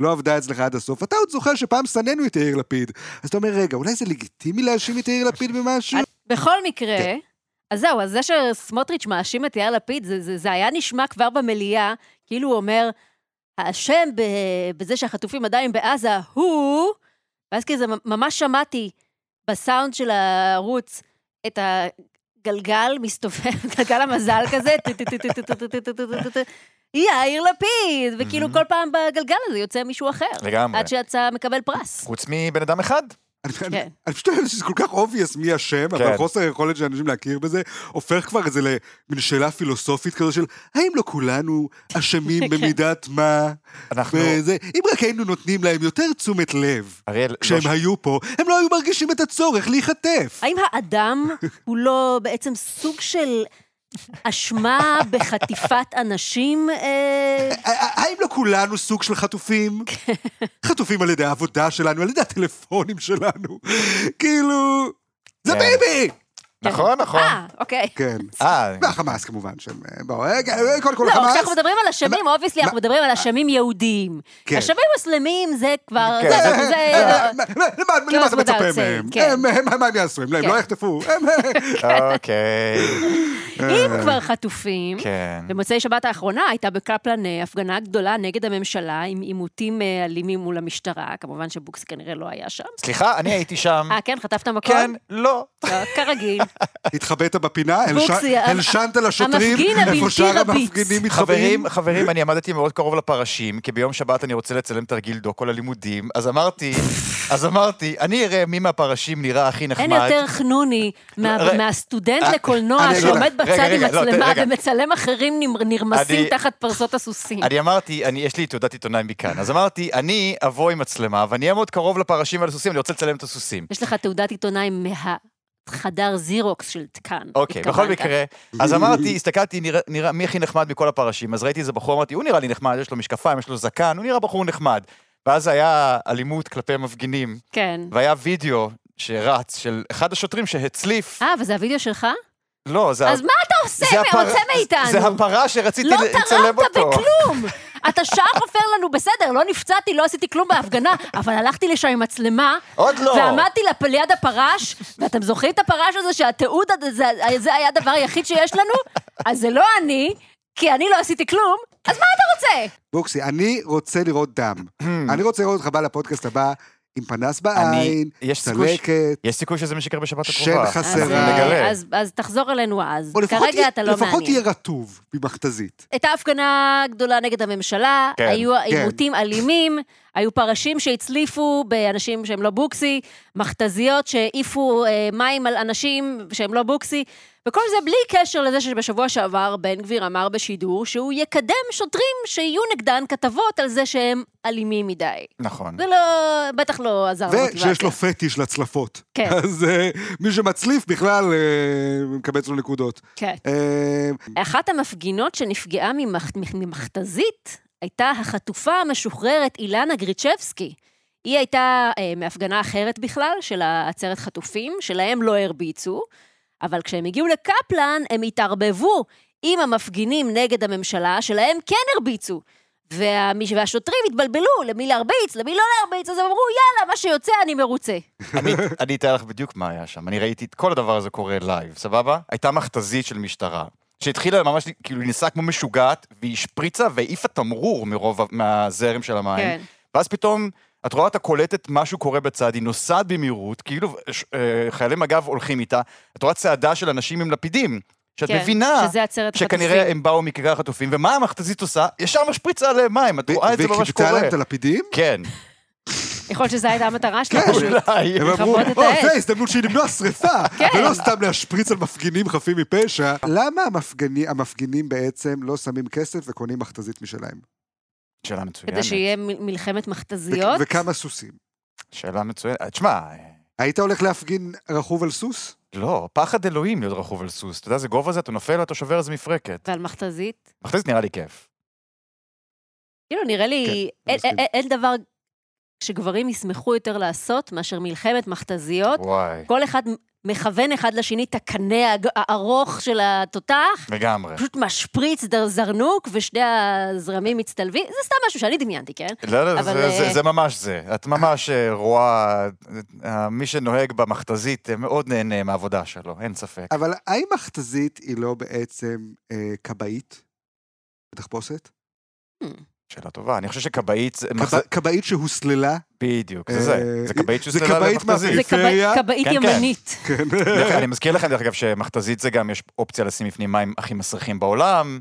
S1: לא עבדה אצלך עד הסוף. אתה עוד זוכר שפעם שנאנו את יאיר לפיד. אז אתה אומר, רגע, אולי זה לגיטימי להאשים את יאיר לפיד במשהו?
S3: בכל מקרה, אז זהו, אז זה שסמוטריץ' מאשים את יאיר לפיד, זה, זה, זה היה נשמע כבר במליאה, כאילו הוא אומר, האשם ב, בזה שהחטופים עדיין בעזה הוא... ואז כזה ממש שמעתי בסאונד של הערוץ את הגלגל מסתובב, גלגל המזל כזה, טו-טו-טו-טו-טו-טו-טו-טו-טו-טו-טו. יאיר לפיד, וכאילו כל פעם בגלגל הזה יוצא מישהו אחר.
S4: לגמרי.
S3: עד שהצעה מקבל פרס.
S4: חוץ מבן אדם אחד.
S1: אני-
S3: כן.
S1: אני פשוט חושב שזה כל כך obvious מי אשם, אבל
S4: כן.
S1: חוסר היכולת של אנשים להכיר בזה, הופך כבר את זה למין שאלה פילוסופית כזו של, האם לא כולנו
S3: כן.
S1: אשמים במידת מה?
S4: אנחנו...
S1: וזה, אם רק היינו נותנים להם יותר תשומת לב.
S4: אריאל, לא
S1: כשהם היו פה, הם לא היו מרגישים את הצורך להיחטף.
S3: האם האדם הוא לא בעצם סוג של אשמה בחטיפת אנשים? אה,
S1: האם לא כולנו סוג של חטופים?
S3: כן.
S1: חטופים על ידי העבודה שלנו, על ידי הטלפונים שלנו. כאילו... זה
S4: כן.
S1: ביבי!
S4: נכון, נכון.
S3: אה, אוקיי.
S1: כן.
S4: אה,
S1: והחמאס כמובן, שהם... בואו, אה, אה, קודם כל
S3: לא,
S1: החמאס...
S3: כשאנחנו מדברים על אשמים,
S1: מה-
S3: אובייסלי, אנחנו מדברים על אשמים יהודים.
S1: כן.
S3: אשמים מוסלמים זה כבר...
S4: כן.
S3: זה-
S1: אה,
S3: זה- זה-
S1: אה, מה- מה- למה- למה אתה
S3: עבודה
S1: מצפה
S3: יוצאת,
S1: מהם?
S3: כן.
S1: הם- הם- מה הם יעשו? הם
S3: כן.
S1: לא יחטפו. אה. הם-
S4: אוקיי.
S3: אם כבר חטופים...
S4: כן.
S3: במוצאי שבת האחרונה הייתה בקפלן אה, הפגנה גדולה נגד הממשלה עם עימותים אה, אלימים מול המשטרה, כמובן שבוקס כנראה לא היה שם.
S4: סליחה, אני הייתי שם.
S3: אה, כן? חטפת מקום?
S4: כן, לא.
S3: לא, כרגיל.
S1: התחבאת בפינה, הלש-
S3: בוקסי, ה-
S1: הלשנת לשוטרים,
S3: המפגין
S1: איפה
S3: הבלתי
S1: שאר
S3: רביץ.
S1: המפגינים מתחבאים.
S4: חברים, חברים, אני עמדתי מאוד קרוב לפרשים, כי ביום שבת אני רוצה לצלם תרגיל דוקו ללימודים, אז אמרתי, אז אמרתי, אני אראה מי מהפרשים נראה הכי נחמד.
S3: אין יותר חנוני מה-
S4: ר-
S3: מהסטודנט
S4: אה,
S3: לקולנוע
S4: אני-
S3: שעומד
S4: רגע,
S3: בצד עם
S4: רגע, לא,
S3: מצלמה
S4: רגע.
S3: ומצלם אחרים נמ- נרמסים
S4: אני-
S3: תחת פרסות הסוסים.
S4: אני אמרתי, אני, יש לי תעודת עיתונאי מכאן, אז אמרתי, אני אבוא עם מצלמה, ואני אהיה מאוד קרוב לפרשים ולסוסים, אני רוצה לצלם את הסוסים.
S3: יש לך תעודת עיתונאי מהחדר זירוקס של כאן.
S4: אוקיי, בכל
S3: התכוונת.
S4: מקרה, אז אמרתי, הסתכלתי, נראה- נראה מי הכי נחמד מכל הפרשים, אז ראיתי איזה בחור, אמרתי, הוא נראה לי נחמד, יש לו משקפיים, יש לו זקן, הוא נראה בחור נחמד. ואז היה אלימות כלפי מפגינים,
S3: כן.
S4: והיה וידאו שרץ של אחד השוטרים שהצליף,
S3: אה, וזה הווידאו שלך?
S4: לא, זה... ה-
S3: אז מה אתה עושה?
S4: זה הפר-
S3: רוצה מאיתנו.
S4: זה הפרה שרציתי
S3: לא
S4: לצלם
S3: תרמת
S4: אותו.
S3: בכלום! אתה שעה חופר לנו, בסדר, לא נפצעתי, לא עשיתי כלום בהפגנה, אבל הלכתי לשם עם מצלמה.
S4: עוד לא.
S3: ועמדתי לפ- ליד הפרש, ואתם זוכרים את הפרש הזה שהתיעוד הזה, זה- זה היה הדבר היחיד שיש לנו? אז זה לא אני, כי אני לא עשיתי כלום, אז מה אתה רוצה?
S1: בוקסי, אני רוצה לראות דם. אני רוצה לראות אותך בא לפודקאסט הבא עם פנס
S4: אני-
S1: בעין,
S4: יש סיכוי ש-
S1: צלקת.
S4: יש סיכוי שזה מה שיקרה בשבת
S1: שן
S4: הקרובה.
S1: חסרה.
S3: אז,
S1: בסדר,
S3: אה,
S4: נגלה.
S3: אז- אז תחזור אלינו אז.
S1: או לפחות
S3: כרגע
S1: יהיה-
S3: אתה לא
S1: לפחות
S3: מעניין.
S1: תהיה רטוב ממכתזית.
S3: הייתה הפגנה גדולה נגד הממשלה,
S4: כן,
S3: היו
S1: כן.
S3: עימותים אלימים, היו פרשים שהצליפו באנשים שהם לא בוקסי, מכתזיות שהעיפו אה, מים על אנשים שהם לא בוקסי, וכל זה בלי קשר לזה שבשבוע שעבר בן גביר אמר בשידור שהוא יקדם שוטרים שיהיו נגדן כתבות על זה שהם אלימים מדי.
S4: נכון.
S3: זה לא, בטח לא עזר למוטיבציה.
S1: ושיש לו פטיש לצלפות.
S3: כן.
S1: אז אה, מי שמצליף בכלל אה, מקבץ לו נקודות.
S3: כן.
S1: אה,
S3: אחת המפגינות שנפגעה ממכ... ממכתזית הייתה החטופה המשוחררת אילנה גריצ'בסקי. היא הייתה אה, מהפגנה אחרת בכלל, של העצרת חטופים, שלהם לא הרביצו, אבל כשהם הגיעו לקפלן, הם התערבבו עם המפגינים נגד הממשלה, שלהם כן הרביצו. וה... והשוטרים התבלבלו למי להרביץ, למי לא להרביץ, אז הם אמרו, יאללה, מה שיוצא אני מרוצה.
S4: אני, אני אתאר לך בדיוק מה היה שם. אני ראיתי את כל הדבר הזה קורה לייב, סבבה? הייתה מכתזית של משטרה, שהתחילה ממש, כאילו, היא נסעה כמו משוגעת, והיא השפריצה והעיפה תמרור מרוב, ה- מהזרם של המים.
S3: כן.
S4: ואז פתאום, את רואה אותה קולטת משהו קורה בצד, היא נוסעת במהירות, כאילו ש, אה, חיילי מג"ב הולכים איתה, את רואה צעדה של אנשים עם לפידים. שאת
S3: כן,
S4: מבינה
S3: שזה עצרת
S4: שכנראה
S3: החטופים.
S4: הם באו מכיכר החטופים, ומה המכתזית עושה? ישר משפריצה עליהם מים, את רואה את זה
S1: והיא
S4: ממש
S1: כיבתה
S4: קורה.
S1: להם את הלפידים?
S4: כן,
S3: יכול להיות שזו הייתה המטרה שלה
S1: כן.
S3: פשוט.
S4: אולי.
S1: הם אמרו,
S3: לכבות את
S1: או,
S3: האש."
S1: זו הזדמנות שהיא למנוע שריפה,
S3: כן.
S1: ולא סתם להשפריץ על מפגינים חפים מפשע. למה המפגני- המפגינים בעצם לא שמים כסף וקונים מכתזית משלהם?
S4: שאלה מצוינת.
S3: כדי שיהיה מ- מלחמת
S1: ו-
S3: מכתזיות.
S1: וכמה סוסים?
S4: שאלה מצוינת. תשמע, אה,
S1: היית הולך להפגין רכוב על סוס?
S4: לא, פחד אלוהים להיות רכוב על סוס. אתה יודע איזה גובה זה, אתה נופל ואתה שובר איזה מפרקת.
S3: ועל מכתזית.
S4: מכתזית נראה לי כיף.
S3: כאילו, נראה לי,
S1: כן,
S3: אין-
S1: מסכים.
S3: אין- אין דבר שגברים ישמחו יותר לעשות מאשר מלחמת מכתזיות.
S4: וואי,
S3: כל אחד מכוון אחד לשני את הקנה הג- הארוך של התותח,
S4: לגמרי.
S3: פשוט משפריץ דר- זרנוק, ושני הזרמים מצטלבים. זה סתם משהו שאני דמיינתי, כן?
S4: לא, לא,
S3: אבל,
S4: זה- זה-
S3: אה,
S4: זה ממש זה. את ממש אה, רואה, אה, מי שנוהג במכתזית אה, מאוד נהנה מהעבודה שלו, אין ספק.
S1: אבל האם מכתזית היא לא בעצם אה, כבאית? בתחפושת?
S4: שאלה טובה, אני חושב שכבאית זה...
S1: כבא-
S4: מחז-
S1: כבאית שהוסללה?
S4: בדיוק, זה זה.
S1: אה,
S4: זה כבאית
S1: זה
S4: שהוסללה
S1: כבאית
S4: למכתזית.
S3: זה
S1: פריפריה?
S3: כבא- כבאית
S4: כן, כן.
S3: ימנית.
S4: דרך- אני מזכיר לכם, דרך אגב, שמכתזית זה גם, יש אופציה לשים בפנים מים הכי מסריחים בעולם,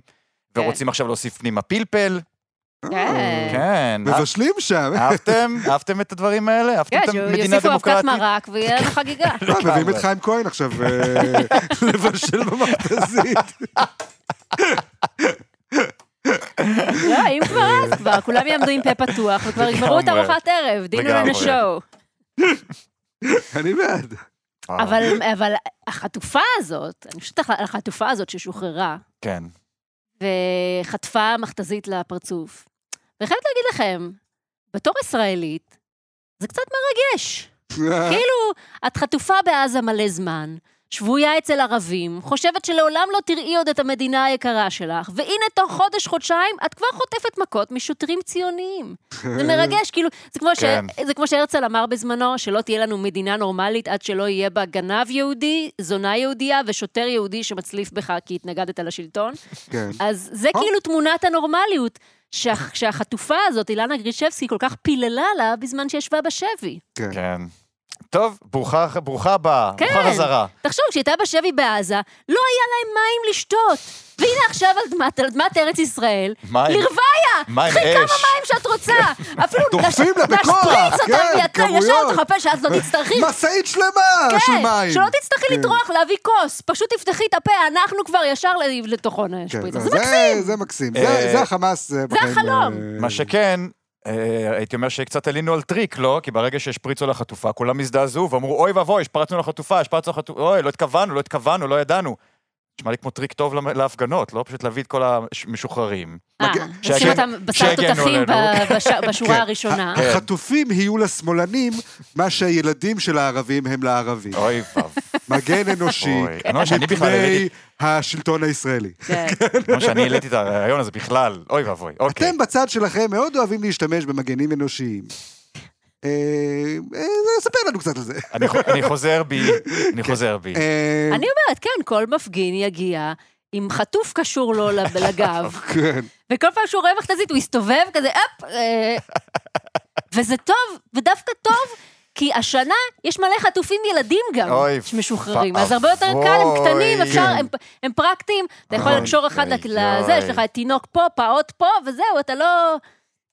S3: כן.
S4: ורוצים עכשיו להוסיף פנימה פלפל.
S1: אה,
S3: כן.
S4: כן.
S1: מבשלים שם.
S4: אהבתם? אהבתם את הדברים האלה? אהבתם
S3: כן,
S4: את המדינה
S3: שיוסיפו אבקת
S4: הדמוקרטית?
S3: מרק ויהיה
S4: כן.
S3: לנו חגיגה.
S1: לא, מביאים את
S4: לגמרי.
S1: חיים כהן עכשיו אה, לבשל במכתזית.
S3: לא, אם כבר אז כבר, כולם יעמדו עם פה פתוח, וכבר יגמרו את
S4: לגמרי.
S3: ארוחת ערב, דינו
S4: לגמרי.
S3: לנו שואו.
S1: אני בעד.
S4: וואו,
S3: אבל, אבל החטופה הזאת, אני חושבת על החטופה הזאת ששוחררה,
S4: כן.
S3: וחטפה מכתזית לפרצוף. ואני חייבת להגיד לכם, בתור ישראלית, זה קצת מרגש.
S1: אה,
S3: כאילו, את חטופה בעזה מלא זמן, שבויה אצל ערבים, חושבת שלעולם לא תראי עוד את המדינה היקרה שלך, והנה תוך חודש-חודשיים את כבר חוטפת מכות משוטרים ציוניים. זה מרגש, כאילו, זה כמו,
S4: כן.
S3: ש... זה כמו שהרצל אמר בזמנו, שלא תהיה לנו מדינה נורמלית עד שלא יהיה בה גנב יהודי, זונה יהודייה ושוטר יהודי שמצליף בך כי התנגדת לשלטון.
S1: כן.
S3: אז זה
S1: או.
S3: כאילו תמונת הנורמליות. שה- שהחטופה הזאת, אילנה גרישבסקי, כל כך פיללה לה בזמן שישבה בשבי.
S4: כן. טוב, ברוכה, ברוכה הבאה,
S3: כן.
S4: ברוכה חזרה.
S3: תחשוב, כשהייתה בשבי בעזה, לא היה להם מים לשתות. והנה עכשיו על אדמת, על אדמת ארץ ישראל,
S4: מים.
S3: לרוויה!
S4: מים,
S3: קחי כמה
S4: אש.
S3: מים שאת רוצה! אפילו
S1: דוחפים
S3: לש-
S1: לה בכוח,
S3: להשפריץ אותם
S1: כן,
S3: מהצד, ישר
S1: כמויות.
S3: תחפש שאת לא תצטרכי.
S1: משאית שלמה של מים.
S3: כן, שלא תצטרכי
S1: כן.
S3: לטרוח, להביא כוס. פשוט תפתחי את הפה, אנחנו כבר ישר ל- לתוכו
S1: כן,
S3: נשפריץ.
S1: לא,
S3: זה מקסים!
S1: זה מקסים.
S4: אה,
S1: זה- זה החמאס. זה בחיים,
S3: החלום.
S1: אה,
S4: מה שכן, אה, הייתי אומר שקצת עלינו על טריק, לא? כי ברגע שהשפריצו לחטופה, כולם הזדעזעו ואמרו, אוי ואבוי, השפרצנו לחטופה, השפרצנו לחטופה, אוי, לא התכוונו, לא התכוונו, לא ידענו. נשמע לי כמו טריק טוב למ- להפגנות, לא? פשוט להביא את כל המשוחררים.
S3: אה,
S1: מגן-
S3: לשים
S4: שהגן-
S3: אותם בשר
S4: שהגנו
S3: תותחים ב-
S4: עלינו.
S3: בש- בשורה
S1: כן.
S4: אה,
S3: הראשונה.
S1: החטופים יהיו לשמאלנים מה שהילדים של הערבים הם לערבים.
S4: אוי ואבוי.
S1: מגן אנושי
S4: אני שאני בכלל
S1: מפני
S4: העליתי-
S1: השלטון הישראלי.
S3: כן.
S4: כמו שאני העליתי את הרעיון הזה בכלל, אוי ואבוי. אוקיי.
S1: אתם בצד שלכם מאוד אוהבים להשתמש במגנים אנושיים. אה, אה, ספר לנו קצת על זה.
S4: אני חו- אני חוזר בי, אני חוזר בי.
S1: אה,
S3: אני אומרת, כן, כל מפגין יגיע עם חטוף קשור לו לב- לגב,
S1: כן.
S3: וכל פעם שהוא רואה מכתזית הוא יסתובב כזה, אפ, אה, וזה טוב, ודווקא טוב. כי השנה יש מלא חטופים ילדים גם
S4: אוי,
S3: שמשוחררים,
S4: פ-
S3: אז הרבה יותר קל, הם קטנים,
S4: אוי.
S3: אפשר, הם, הם פרקטיים, אתה יכול
S4: אוי,
S3: לקשור אחד
S4: אוי,
S3: לזה,
S4: אוי.
S3: יש לך תינוק פה, פעוט פה, וזהו, אתה לא...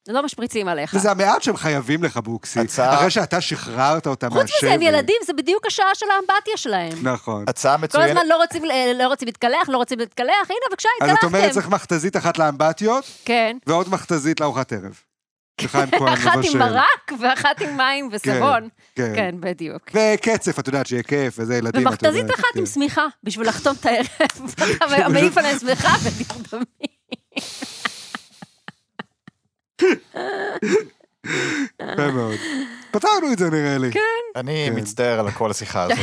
S3: לא משפריצים עליך.
S1: וזה המעט שהם חייבים לך, בוקסי.
S4: הצעה-
S1: אחרי שאתה שחררת אותם מהשבי.
S3: חוץ מזה, הם ילדים, זה בדיוק השעה של האמבטיה שלהם.
S1: נכון.
S4: הצעה
S3: כל
S4: מצוינת.
S3: הזמן לא רוצים, אה, לא רוצים להתקלח, לא רוצים להתקלח, הנה, בבקשה,
S1: אז את אומרת,
S3: התקלחתם.
S1: צריך מכתזית אחת לאמבטיות,
S3: כן.
S1: ועוד מכתזית לארוחת ערב. שחיים כהן מבשל.
S3: אחת עם מרק ואחת עם מים וסבון.
S1: כן.
S3: כן, בדיוק.
S1: וקצף, את יודעת שיהיה כיף, וזה ילדים, את יודעת.
S3: ומכתזית אחת עם
S1: כן.
S3: שמיכה, בשביל לחתום את הערב. אתה מעיף עליהם שמיכה ותרדמים.
S1: יפה מאוד. פתרנו את זה נראה
S3: כן.
S1: לי.
S4: אני מצטער על כל השיחה הזאת.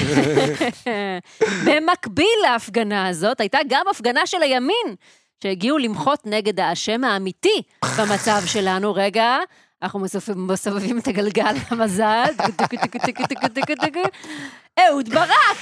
S3: במקביל להפגנה הזאת, הייתה גם הפגנה של הימין, שהגיעו למחות נגד האשם האמיתי במצב שלנו. רגע, אנחנו מסובב- מסובבים את הגלגל למזל. טקו, טקו, טקו, טקו, טקו, טקו. אהוד ברק!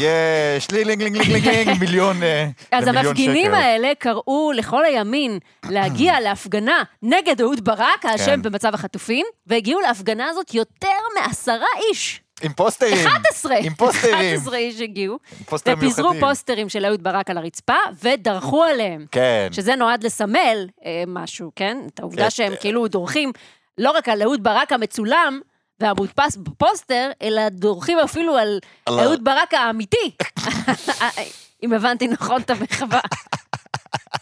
S4: יש, לינג, לינג, לינג, לינג, לינג, מיליון אה,
S3: אז
S4: למיליון
S3: המפגינים
S4: שקל.
S3: האלה קראו לכל הימין להגיע להפגנה נגד אהוד ברק, האשם
S4: כן.
S3: במצב החטופים, והגיעו להפגנה הזאת יותר מעשרה איש.
S4: עם פוסטרים.
S3: 11.
S4: כן. עם פוסטרים.
S3: 11 איש הגיעו,
S4: עם פוסטרים
S3: ופיזרו
S4: מיוחדים.
S3: פוסטרים של אהוד ברק על הרצפה, ודרכו עליהם.
S4: כן.
S3: שזה נועד לסמל אה, משהו, כן? את העובדה
S4: כן.
S3: שהם כאילו דורכים לא רק על אהוד ברק המצולם והמודפס בפוסטר, אלא דורכים אפילו על
S4: על ה-
S3: אהוד ברק האמיתי. אם הבנתי נכון את המחווה.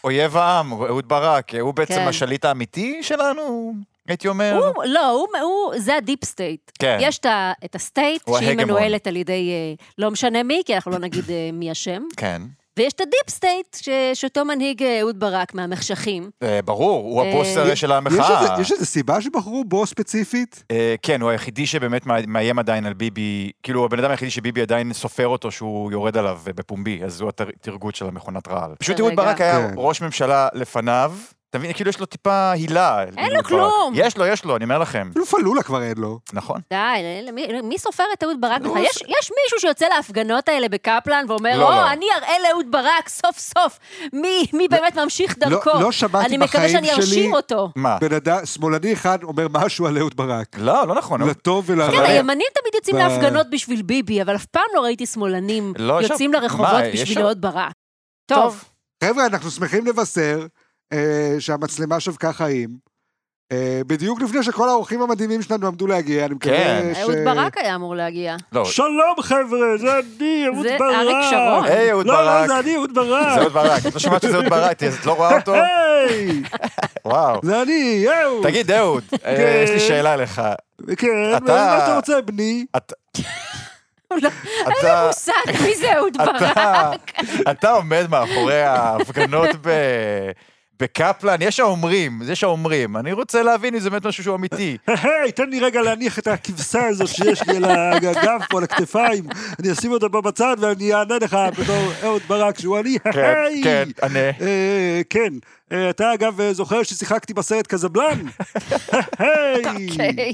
S4: אויב העם, אהוד ברק, הוא בעצם
S3: כן.
S4: השליט האמיתי שלנו, הייתי אומר.
S3: הוא, לא, הוא, הוא, זה הדיפ סטייט.
S4: כן.
S3: יש את ה- את הסטייט,
S4: הוא
S3: שהיא
S4: ההגמון.
S3: מנוהלת על ידי, אה, לא משנה מי, כי אנחנו לא נגיד אה, מי אשם,
S4: כן.
S3: ויש את הדיפ סטייט, ש- שאותו מנהיג אה, אהוד ברק מהמחשכים.
S4: אה, ברור, הוא
S3: אה,
S4: הבוס הרי של
S1: יש
S4: המחאה.
S1: איזה- יש איזה סיבה שבחרו בו ספציפית?
S4: אה, כן, הוא היחידי שבאמת מאיים עדיין על ביבי, כאילו הבן אדם היחידי שביבי עדיין סופר אותו שהוא יורד עליו אה, בפומבי, אז זו התרגות של המכונת רעל. פשוט אהוד
S3: רגע.
S4: ברק היה
S1: כן.
S4: ראש ממשלה לפניו, אתה מבין, כאילו יש לו טיפה הילה. אהוד ברק.
S3: כלום.
S4: יש לו, יש לו, אני אומר לכם.
S1: אפילו פלולה כבר אין לו.
S4: נכון.
S3: די, למי, מי סופר את אהוד ברק
S4: לא,
S3: בכלל? יש, יש מישהו שיוצא להפגנות האלה בקפלן ואומר,
S4: לא,
S3: או,
S4: לא.
S3: אני אראה לאהוד ברק סוף סוף מי, מי באמת ממשיך דרכו.
S1: לא שמעתי
S3: אני מקווה
S1: בחיים
S3: שאני ארשים
S1: שלי-
S3: אותו.
S4: מה?
S1: בן אדם, שמאלני אחד אומר משהו על אהוד ברק.
S4: לא, לא נכון. הוא-
S1: לטוב ולרע.
S3: כן,
S4: אבל-
S3: הימנים תמיד יוצאים
S1: ב-
S3: להפגנות בשביל ביבי, אבל אף פעם לא ראיתי שמאלנים
S4: לא, יש
S3: יוצאים
S4: שם-
S3: לרחובות
S4: מה, יש
S3: בשביל
S4: שם-
S3: אהוד ברק. טוב,
S1: חבר'ה, אנחנו שמחים לבשר אה, שהמצלמה שבקה חיים. אה, בדיוק לפני שכל האורחים המדהימים שלנו עמדו להגיע, אני מקווה
S4: כן.
S1: ש...
S3: אהוד ברק היה אמור להגיע.
S4: לא,
S5: שלום חבר'ה, זה אני, אהוד
S3: זה
S5: ברק.
S3: אריק שרון.
S4: היי, אהוד
S5: לא, לא,
S4: ברק.
S5: זה אני, אהוד
S4: זה
S5: ברק.
S4: אהוד ברק. את לא שומעת שזה אהוד ברק, את לא רואה אותו?
S5: היי,
S4: וואו.
S1: זה אני, יואו!
S4: תגיד, אהוד, אה, יש לי שאלה אליך.
S1: כן,
S4: אתה-
S1: מה אתה רוצה, בני?
S4: אתה-
S3: הוא לא- אין לי
S4: אתה- אה,
S3: מושג מי זה אהוד
S4: אתה-
S3: ברק.
S4: אתה עומד מאחורי ההפגנות ב... בקפלן, יש האומרים, יש האומרים. אני רוצה להבין אם זה באמת משהו שהוא אמיתי.
S5: היי, תן לי רגע להניח את הכבשה הזאת שיש לי על הגב פה, על הכתפיים. אני אשים אותה פה בצד ואני אענה לך בתור אהוד ברק, שהוא אני,
S4: כן,
S5: היי.
S4: כן, ענה.
S5: אה, כן, אה, אתה אגב אה, זוכר ששיחקתי בסרט קזבלן?
S4: אה,
S5: היי.
S3: אוקיי.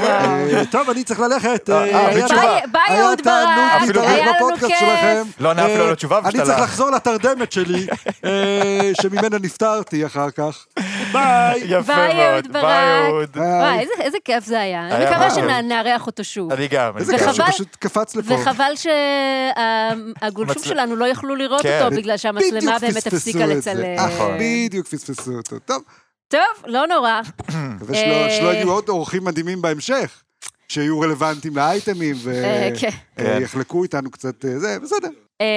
S3: וואו.
S5: אה, טוב, אני צריך ללכת.
S4: אה, אה,
S5: היה
S4: בלי
S5: לי-
S4: תשובה.
S3: ביי, ביי
S1: היה
S3: אהוד ברק,
S1: תענוג
S4: אפילו
S1: להתארח
S4: היה
S3: לנו
S1: בפודקאסט
S3: כיף.
S1: שלכם.
S4: לא ענה
S1: אה,
S4: אפילו לא תשובה,
S1: אני
S4: ושתלה.
S1: צריך לחזור לתרדמת שלי, אה, שממנה נפטרתי אחר כך.
S5: ביי. אה,
S4: יפה
S3: ביי,
S4: מאוד.
S3: אהוד ברק.
S4: אהוד.
S3: וואי,
S1: היי.
S3: איזה- איזה כיף זה היה. אני
S4: אה, היה
S3: מקווה
S4: מדהים.
S3: שנארח אותו שוב.
S4: אני גם, אני
S1: איזה כיף
S4: גם.
S3: וחבל-
S1: שפשוט קפץ לפה.
S3: וחבל שהגולשים
S4: מצל-
S3: שלנו לא יכלו לראות
S4: כן.
S3: אותו, בגלל שהמצלמה
S1: בדיוק
S3: באמת
S1: פספסו
S3: הפסיקה
S1: את זה.
S3: לצלם.
S1: נכון. בדיוק פספסו אותו. טוב,
S3: טוב, לא נורא.
S1: מקווה שלא-
S3: אה,
S1: שלא יהיו עוד אורחים מדהימים בהמשך, שיהיו רלוונטיים לאייטמים
S3: אה, כן.
S4: כן.
S1: ויחלקו איתנו קצת אה, זה, בסדר.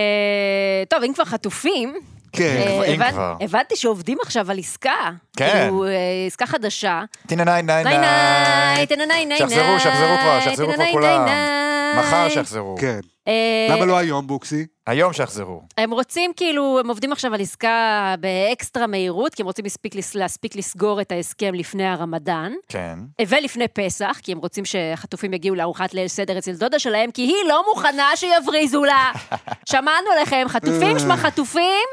S3: אה, טוב, אם כבר חטופים,
S1: כן.
S3: אה,
S4: אם
S3: הבנ-
S4: כבר.
S3: הבנתי שעובדים עכשיו על עסקה.
S4: כן.
S3: כאילו, אה, עסקה חדשה.
S4: תינא ניין ניין
S3: ניי ניי, תנא ניי ניי
S4: שיחזרו,
S3: ניי,
S4: שיחזרו כבר, שיחזרו
S3: תנא
S4: כבר
S3: ניי
S4: כולם.
S3: ניי ניי.
S4: מחר שיחזרו.
S1: כן.
S3: אה,
S1: למה לא היום, בוקסי?
S4: היום שיחזרו.
S3: הם רוצים כאילו, הם עובדים עכשיו על עסקה באקסטרה מהירות, כי הם רוצים להספיק, לס- להספיק לסגור את ההסכם לפני הרמדאן, אה,
S4: כן.
S3: ולפני פסח, כי הם רוצים שהחטופים יגיעו לארוחת ליל סדר אצל דודה שלהם, כי היא לא מוכנה שיבריזו לה. שמענו לכם, חטופים שמע חטופים,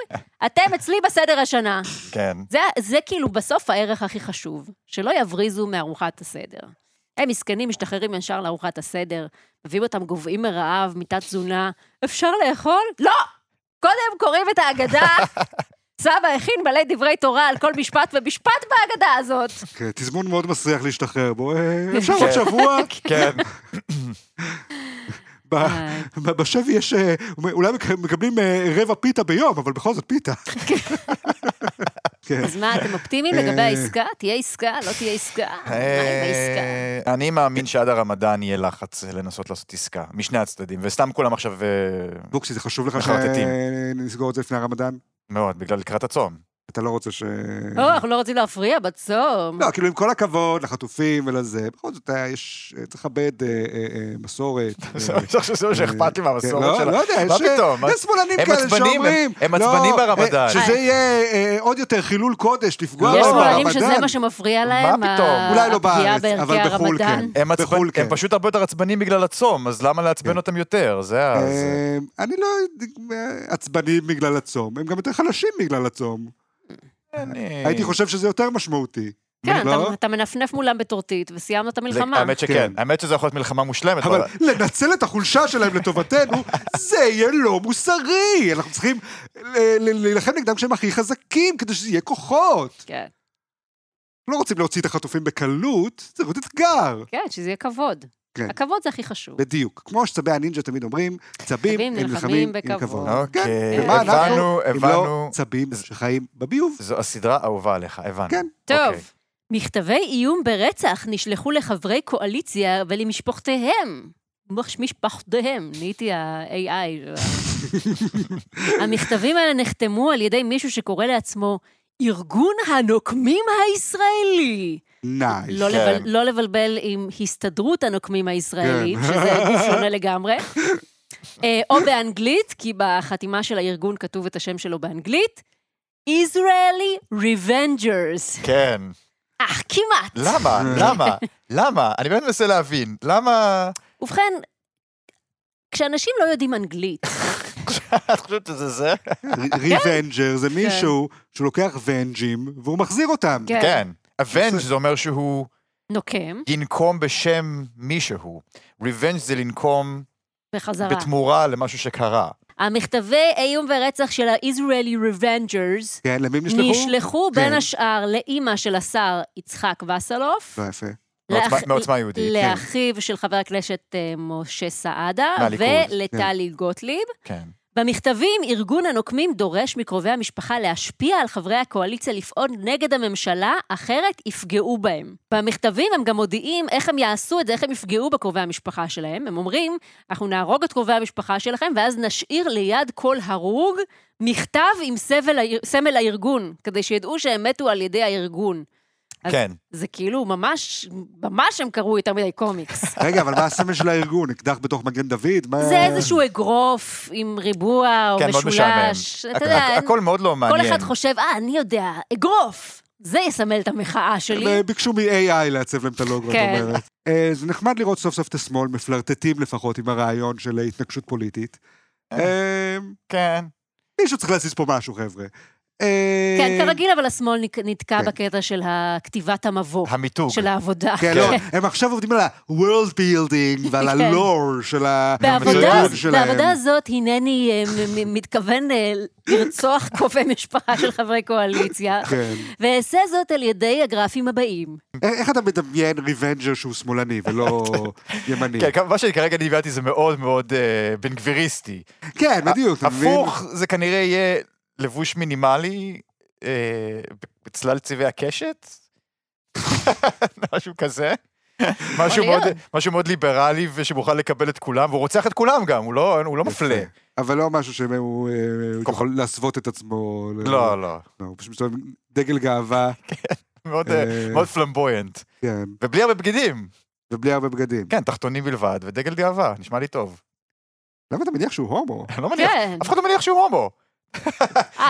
S3: אתם אצלי בסדר השנה.
S4: כן.
S3: זה, זה כאילו בסוף הערך הכי חשוב, שלא יבריזו מארוחת הסדר. הם מסכנים, משתחררים ישר לארוחת הסדר, מביאים אותם גוועים מרעב, מיטת תזונה. אפשר לאכול? לא! קודם קוראים את ההגדה. סבא הכין מלא דברי תורה על כל משפט ומשפט בהגדה הזאת.
S1: כן, תזמון מאוד מסריח להשתחרר בו. אה, אפשר עוד שבוע?
S4: כן.
S1: ב- ב- בשבי יש, אה, אולי מק- מקבלים אה, רבע פיתה ביום, אבל בכל זאת פיתה. כן.
S3: אז מה, אתם אופטימיים
S1: אה.
S3: לגבי העסקה? תהיה עסקה? לא תהיה עסקה? מה עם העסקה?
S4: אה, אני מאמין שעד הרמדאן יהיה לחץ לנסות לעשות עסקה, משני הצדדים, וסתם כולם עכשיו אה,
S1: בוקסי, זה חשוב לך
S4: מחרטטים.
S1: שנסגור אה, את זה לפני הרמדאן?
S4: מאוד, בגלל לקראת הצום.
S1: אתה לא רוצה ש...
S3: או, אנחנו לא רוצים להפריע בצום.
S1: לא, כאילו, עם כל הכבוד לחטופים ולזה, בכל זאת, אה, יש, אה, צריך לכבד אה, אה, אה, מסורת.
S4: זה
S1: אה,
S4: מה שאכפת
S1: כן,
S4: לי מהמסורת
S1: לא,
S4: שלה.
S1: לא יודע,
S4: מה
S1: יש-
S4: פתאום?
S1: יש שמאלנים
S4: הם
S1: כאלה
S4: עצבנים, הם-
S1: שאומרים...
S4: הם
S1: לא,
S4: עצבנים
S1: אה,
S4: ברמדאן. לא,
S1: שזה יהיה אה, עוד יותר חילול קודש, לפגוע
S3: יש
S1: בהם
S3: שמאלנים שזה
S1: ברמדאן. אה,
S3: מה שמפריע
S4: מה
S3: להם,
S4: פתאום?
S3: ה-
S1: אולי לא
S3: הפגיעה
S1: בארץ,
S3: בערכי
S1: אבל בחו"ל
S3: הרמדאן.
S1: כן.
S4: הם עצבנים-
S1: בחו"ל, כן.
S4: הם פשוט הרבה יותר עצבנים בגלל הצום, אז למה לעצבן אותם יותר? זה ה... זה-
S1: אה, אני לא אה, עצבנים בגלל הצום, הם גם יותר חלשים בגלל הצום.
S4: אני-
S1: הייתי חושב שזה יותר משמעותי.
S3: כן,
S1: לא?
S3: אתה- אתה מנפנף מולם בטורטית, וסיימנו את
S4: זה-
S3: המלחמה.
S4: האמת שכן.
S1: כן.
S4: האמת שזה יכול להיות מלחמה מושלמת.
S1: אבל
S4: אבל-
S1: לנצל את החולשה שלהם לטובתנו, זה יהיה לא מוסרי. אנחנו צריכים ל- ל- להילחם נגדם כשהם הכי חזקים, כדי שזה יהיה כוחות.
S3: כן,
S1: לא רוצים להוציא את החטופים בקלות, זה עוד אתגר.
S3: כן, שזה יהיה כבוד.
S1: כן.
S3: הכבוד זה הכי חשוב.
S1: בדיוק. כמו שצבי הנינג'ה תמיד אומרים, צבים
S3: צבים
S1: הם
S3: נלחמים
S1: נלחמים עם
S3: בכבוד.
S1: כבוד.
S4: אוקיי,
S1: כן. ומה אנחנו,
S4: הבנו,
S1: אם לא
S4: הבנו.
S1: צבים שחיים בביוב?
S4: זו הסדרה האהובה עליך, הבנו.
S1: כן.
S4: אוקיי.
S3: טוב, מכתבי איום ברצח נשלחו לחברי קואליציה ולמשפחותיהם. מש- משפחותיהם, נהייתי ה-AI. של ה- המכתבים האלה נחתמו על ידי מישהו שקורא לעצמו ארגון הנוקמים הישראלי.
S1: נייס.
S3: לא,
S4: כן.
S3: לבל, לא לבלבל עם הסתדרות הנוקמים הישראלית,
S1: כן.
S3: שזה גוף שונה לגמרי. אה, או באנגלית, כי בחתימה של הארגון כתוב את השם שלו באנגלית. Israeli Revengers.
S4: כן.
S3: אך, כמעט.
S1: לא.
S4: למה? למה? למה? אני באמת מנסה להבין. למה...
S3: ובכן, כשאנשים לא יודעים אנגלית,
S4: את חושבת שזה זה?
S3: כן.
S1: ריבנג'ר זה מישהו שהוא לוקח ונג'ים והוא מחזיר אותם.
S3: כן.
S4: כן. אבנג' זה אומר שהוא
S3: נוקם,
S4: ינקום בשם מישהו. ריבנג' זה לנקום
S3: בחזרה.
S4: בתמורה למשהו שקרה.
S3: המכתבי איום ורצח של ה-Israeli Revengers
S1: כן, למי הם נשלחו?
S3: נשלחו בין
S1: כן.
S3: השאר לאימא של השר יצחק וסרלוף,
S1: לא יפה.
S4: מעוצמה-
S3: לאח-
S4: מעוצמה יהודית. כן.
S3: לאחיו של חבר הכנסת אה, משה סעדה,
S4: מהליכוד,
S3: ולטלי גוטליב.
S4: כן.
S3: במכתבים, ארגון הנוקמים דורש מקרובי המשפחה להשפיע על חברי הקואליציה לפעול נגד הממשלה, אחרת יפגעו בהם. במכתבים הם גם מודיעים איך הם יעשו את זה, איך הם יפגעו בקרובי המשפחה שלהם. הם אומרים, אנחנו נהרוג את קרובי המשפחה שלכם, ואז נשאיר ליד כל הרוג מכתב עם סבל, האיר- סמל הארגון, כדי שידעו שהם מתו על ידי הארגון. אז
S4: כן.
S3: זה כאילו ממש, ממש הם קראו יותר מדי קומיקס.
S1: רגע, אבל מה הסמל של הארגון? אקדח בתוך מגן דוד? מה-
S3: זה איזשהו אגרוף עם ריבוע או
S4: כן, מאוד משעמם.
S3: משולש. אתה
S4: הכ-
S3: יודע,
S4: הכ-
S3: אין-
S4: הכל מאוד לא
S3: כל
S4: מעניין.
S3: אחד חושב, אה, אני יודע, אגרוף. זה יסמל את המחאה שלי.
S4: כן,
S1: הם אה, ביקשו מ-AI לעצב להם את הלוגו, את
S3: כן.
S1: אומרת. אה, זה נחמד לראות סוף סוף את השמאל מפלרטטים לפחות עם הרעיון של התנגשות פוליטית. אה,
S4: כן.
S1: מישהו צריך להזיז פה משהו, חבר'ה. אה,
S3: כן, כרגיל, אבל השמאל נק- נתקע
S1: כן.
S3: בקטע של כתיבת המבוא,
S4: המיתוג.
S3: של העבודה.
S1: כן, לא, הם עכשיו עובדים על ה-world building ועל
S3: כן.
S1: הלור של ה...
S3: בעבודה,
S1: הארגון שלהם.
S3: בעבודה הזאת, הנני אה, מ- מ- מתכוון אה, לרצוח קרובי משפחה של חברי קואליציה,
S1: כן.
S3: ואעשה זאת על ידי הגרפים הבאים.
S1: א- איך אתה מדמיין ריבנג'ר שהוא שמאלני ולא ימני?
S4: כן, כמה- מה שכרגע דיברתי זה מאוד מאוד אה, בן גביריסטי.
S1: כן, בדיוק, אתה מבין?
S4: הפוך, זה כנראה יהיה לבוש מינימלי אה, בצלל צבעי הקשת? משהו כזה? משהו
S3: להיות.
S4: מאוד, משהו מאוד ליברלי ושמוכן לקבל את כולם, והוא רוצח את כולם גם, הוא לא, הוא לא מפלה.
S1: יפה. אבל לא משהו שהוא אה, הוא
S4: כוח.
S1: יכול להסוות את עצמו. ל-
S4: לא, לא.
S1: לא, הוא פשוט מסתובב עם דגל גאווה,
S4: מאוד, אה,
S1: אה.
S4: מאוד פלמבויאנט.
S1: כן,
S4: ובלי הרבה בגדים.
S1: ובלי הרבה בגדים.
S4: כן, תחתונים בלבד ודגל גאווה, נשמע לי טוב.
S1: למה אתה מניח שהוא הומו?
S4: אני לא מניח,
S3: כן.
S4: אף אחד לא מניח שהוא הומו.
S3: אה,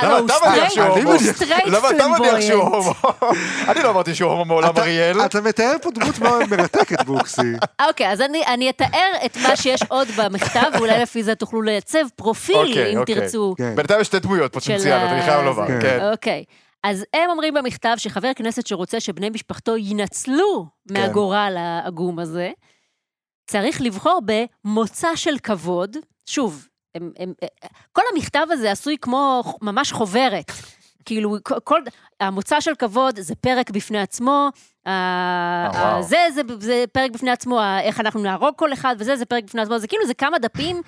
S4: למה
S3: לא, הוא
S4: אתה מניח
S3: סטרייט,
S4: שהוא
S3: הוא
S4: הומו?
S3: סטרייט
S4: למה אתה לא מניח שהוא
S3: פלמבויאנט.
S4: הומו? אני לא אמרתי שהוא הומו מעולם
S1: אתה-
S4: אריאל.
S1: אתה מתאר פה דמות מאוד מרתקת, בוקסי.
S3: אוקיי, אז אני, אני אתאר את מה שיש עוד במכתב, ואולי לפי זה תוכלו לייצב פרופיל,
S4: אוקיי,
S3: אם
S4: אוקיי.
S3: תרצו.
S1: כן.
S4: בינתיים יש שתי דמויות פוטנציאליות, אני חייב
S3: ה-
S4: לומר,
S1: זה.
S4: כן.
S3: אוקיי. אז הם אומרים במכתב שחבר כנסת שרוצה שבני משפחתו יינצלו
S4: כן.
S3: מהגורל העגום הזה, צריך לבחור במוצא של כבוד. שוב, הם, הם, אה, כל המכתב הזה עשוי כמו ממש חוברת. כאילו, כל- כל, המוצא של כבוד זה פרק בפני עצמו, ה-
S4: אה, וואו.
S3: ה- זה, זה, זה פרק בפני עצמו, ה- איך אנחנו נהרוג כל אחד, וזה, זה פרק בפני עצמו, זה כאילו, זה כמה דפים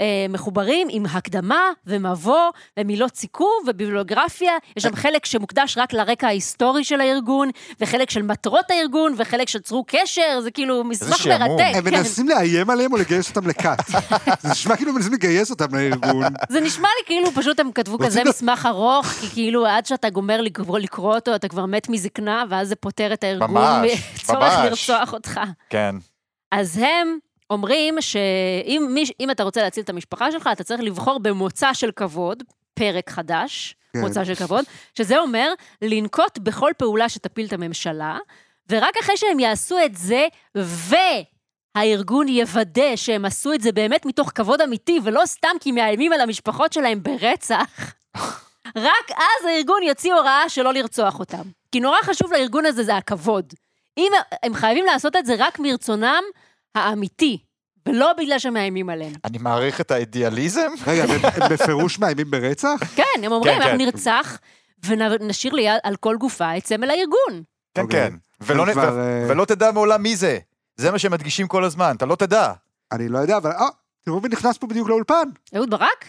S3: אה, מחוברים עם הקדמה ומבוא ומילות סיכום וביבלוגרפיה. יש שם חלק שמוקדש רק לרקע ההיסטורי של הארגון, וחלק של מטרות הארגון, וחלק של צרו קשר, זה כאילו מסמך
S4: שעמום.
S3: מרתק.
S1: הם
S3: כן.
S1: מנסים לאיים עליהם או לגייס אותם לכת. זה נשמע כאילו הם מנסים לגייס אותם לארגון.
S3: זה נשמע לי כאילו פשוט הם כתבו
S1: רוצים
S3: כזה
S1: לה-
S3: מסמך ארוך, כי כאילו עד שאתה גומר לקרוא, לקרוא אותו, אתה כבר מת מזקנה, ואז זה פותר את הארגון
S4: ממש,
S3: מצורך
S4: ממש.
S3: לרצוח אותך.
S4: כן.
S3: אז הם אומרים שאם מיש- אם אתה רוצה להציל את המשפחה שלך, אתה צריך לבחור במוצא של כבוד, פרק חדש,
S1: כן.
S3: מוצא של כבוד, שזה אומר לנקוט בכל פעולה שתפיל את הממשלה, ורק אחרי שהם יעשו את זה, והארגון יוודא שהם עשו את זה באמת מתוך כבוד אמיתי, ולא סתם כי מאיימים על המשפחות שלהם ברצח, רק אז הארגון יוציא הוראה שלא לרצוח אותם. כי נורא חשוב לארגון הזה זה הכבוד. אם הם חייבים לעשות את זה רק מרצונם האמיתי, ולא בגלל שמאיימים עליהם.
S4: אני מעריך את האידיאליזם.
S1: רגע, הם הם בפירוש מאיימים ברצח?
S3: כן, הם אומרים,
S4: כן,
S3: אנחנו
S4: כן.
S3: נרצח ונשאיר ליד על כל גופה את סמל הארגון.
S4: כן,
S1: אוקיי.
S4: כן. ולא
S1: הם
S4: נ-
S1: כבר,
S4: ו-
S1: אה,
S4: ולא תדע מעולם מי זה. זה מה שמדגישים כל הזמן, אתה לא תדע.
S1: אני לא יודע, אבל... אה, תראו מי נכנס פה בדיוק לאולפן.
S3: אהוד ברק?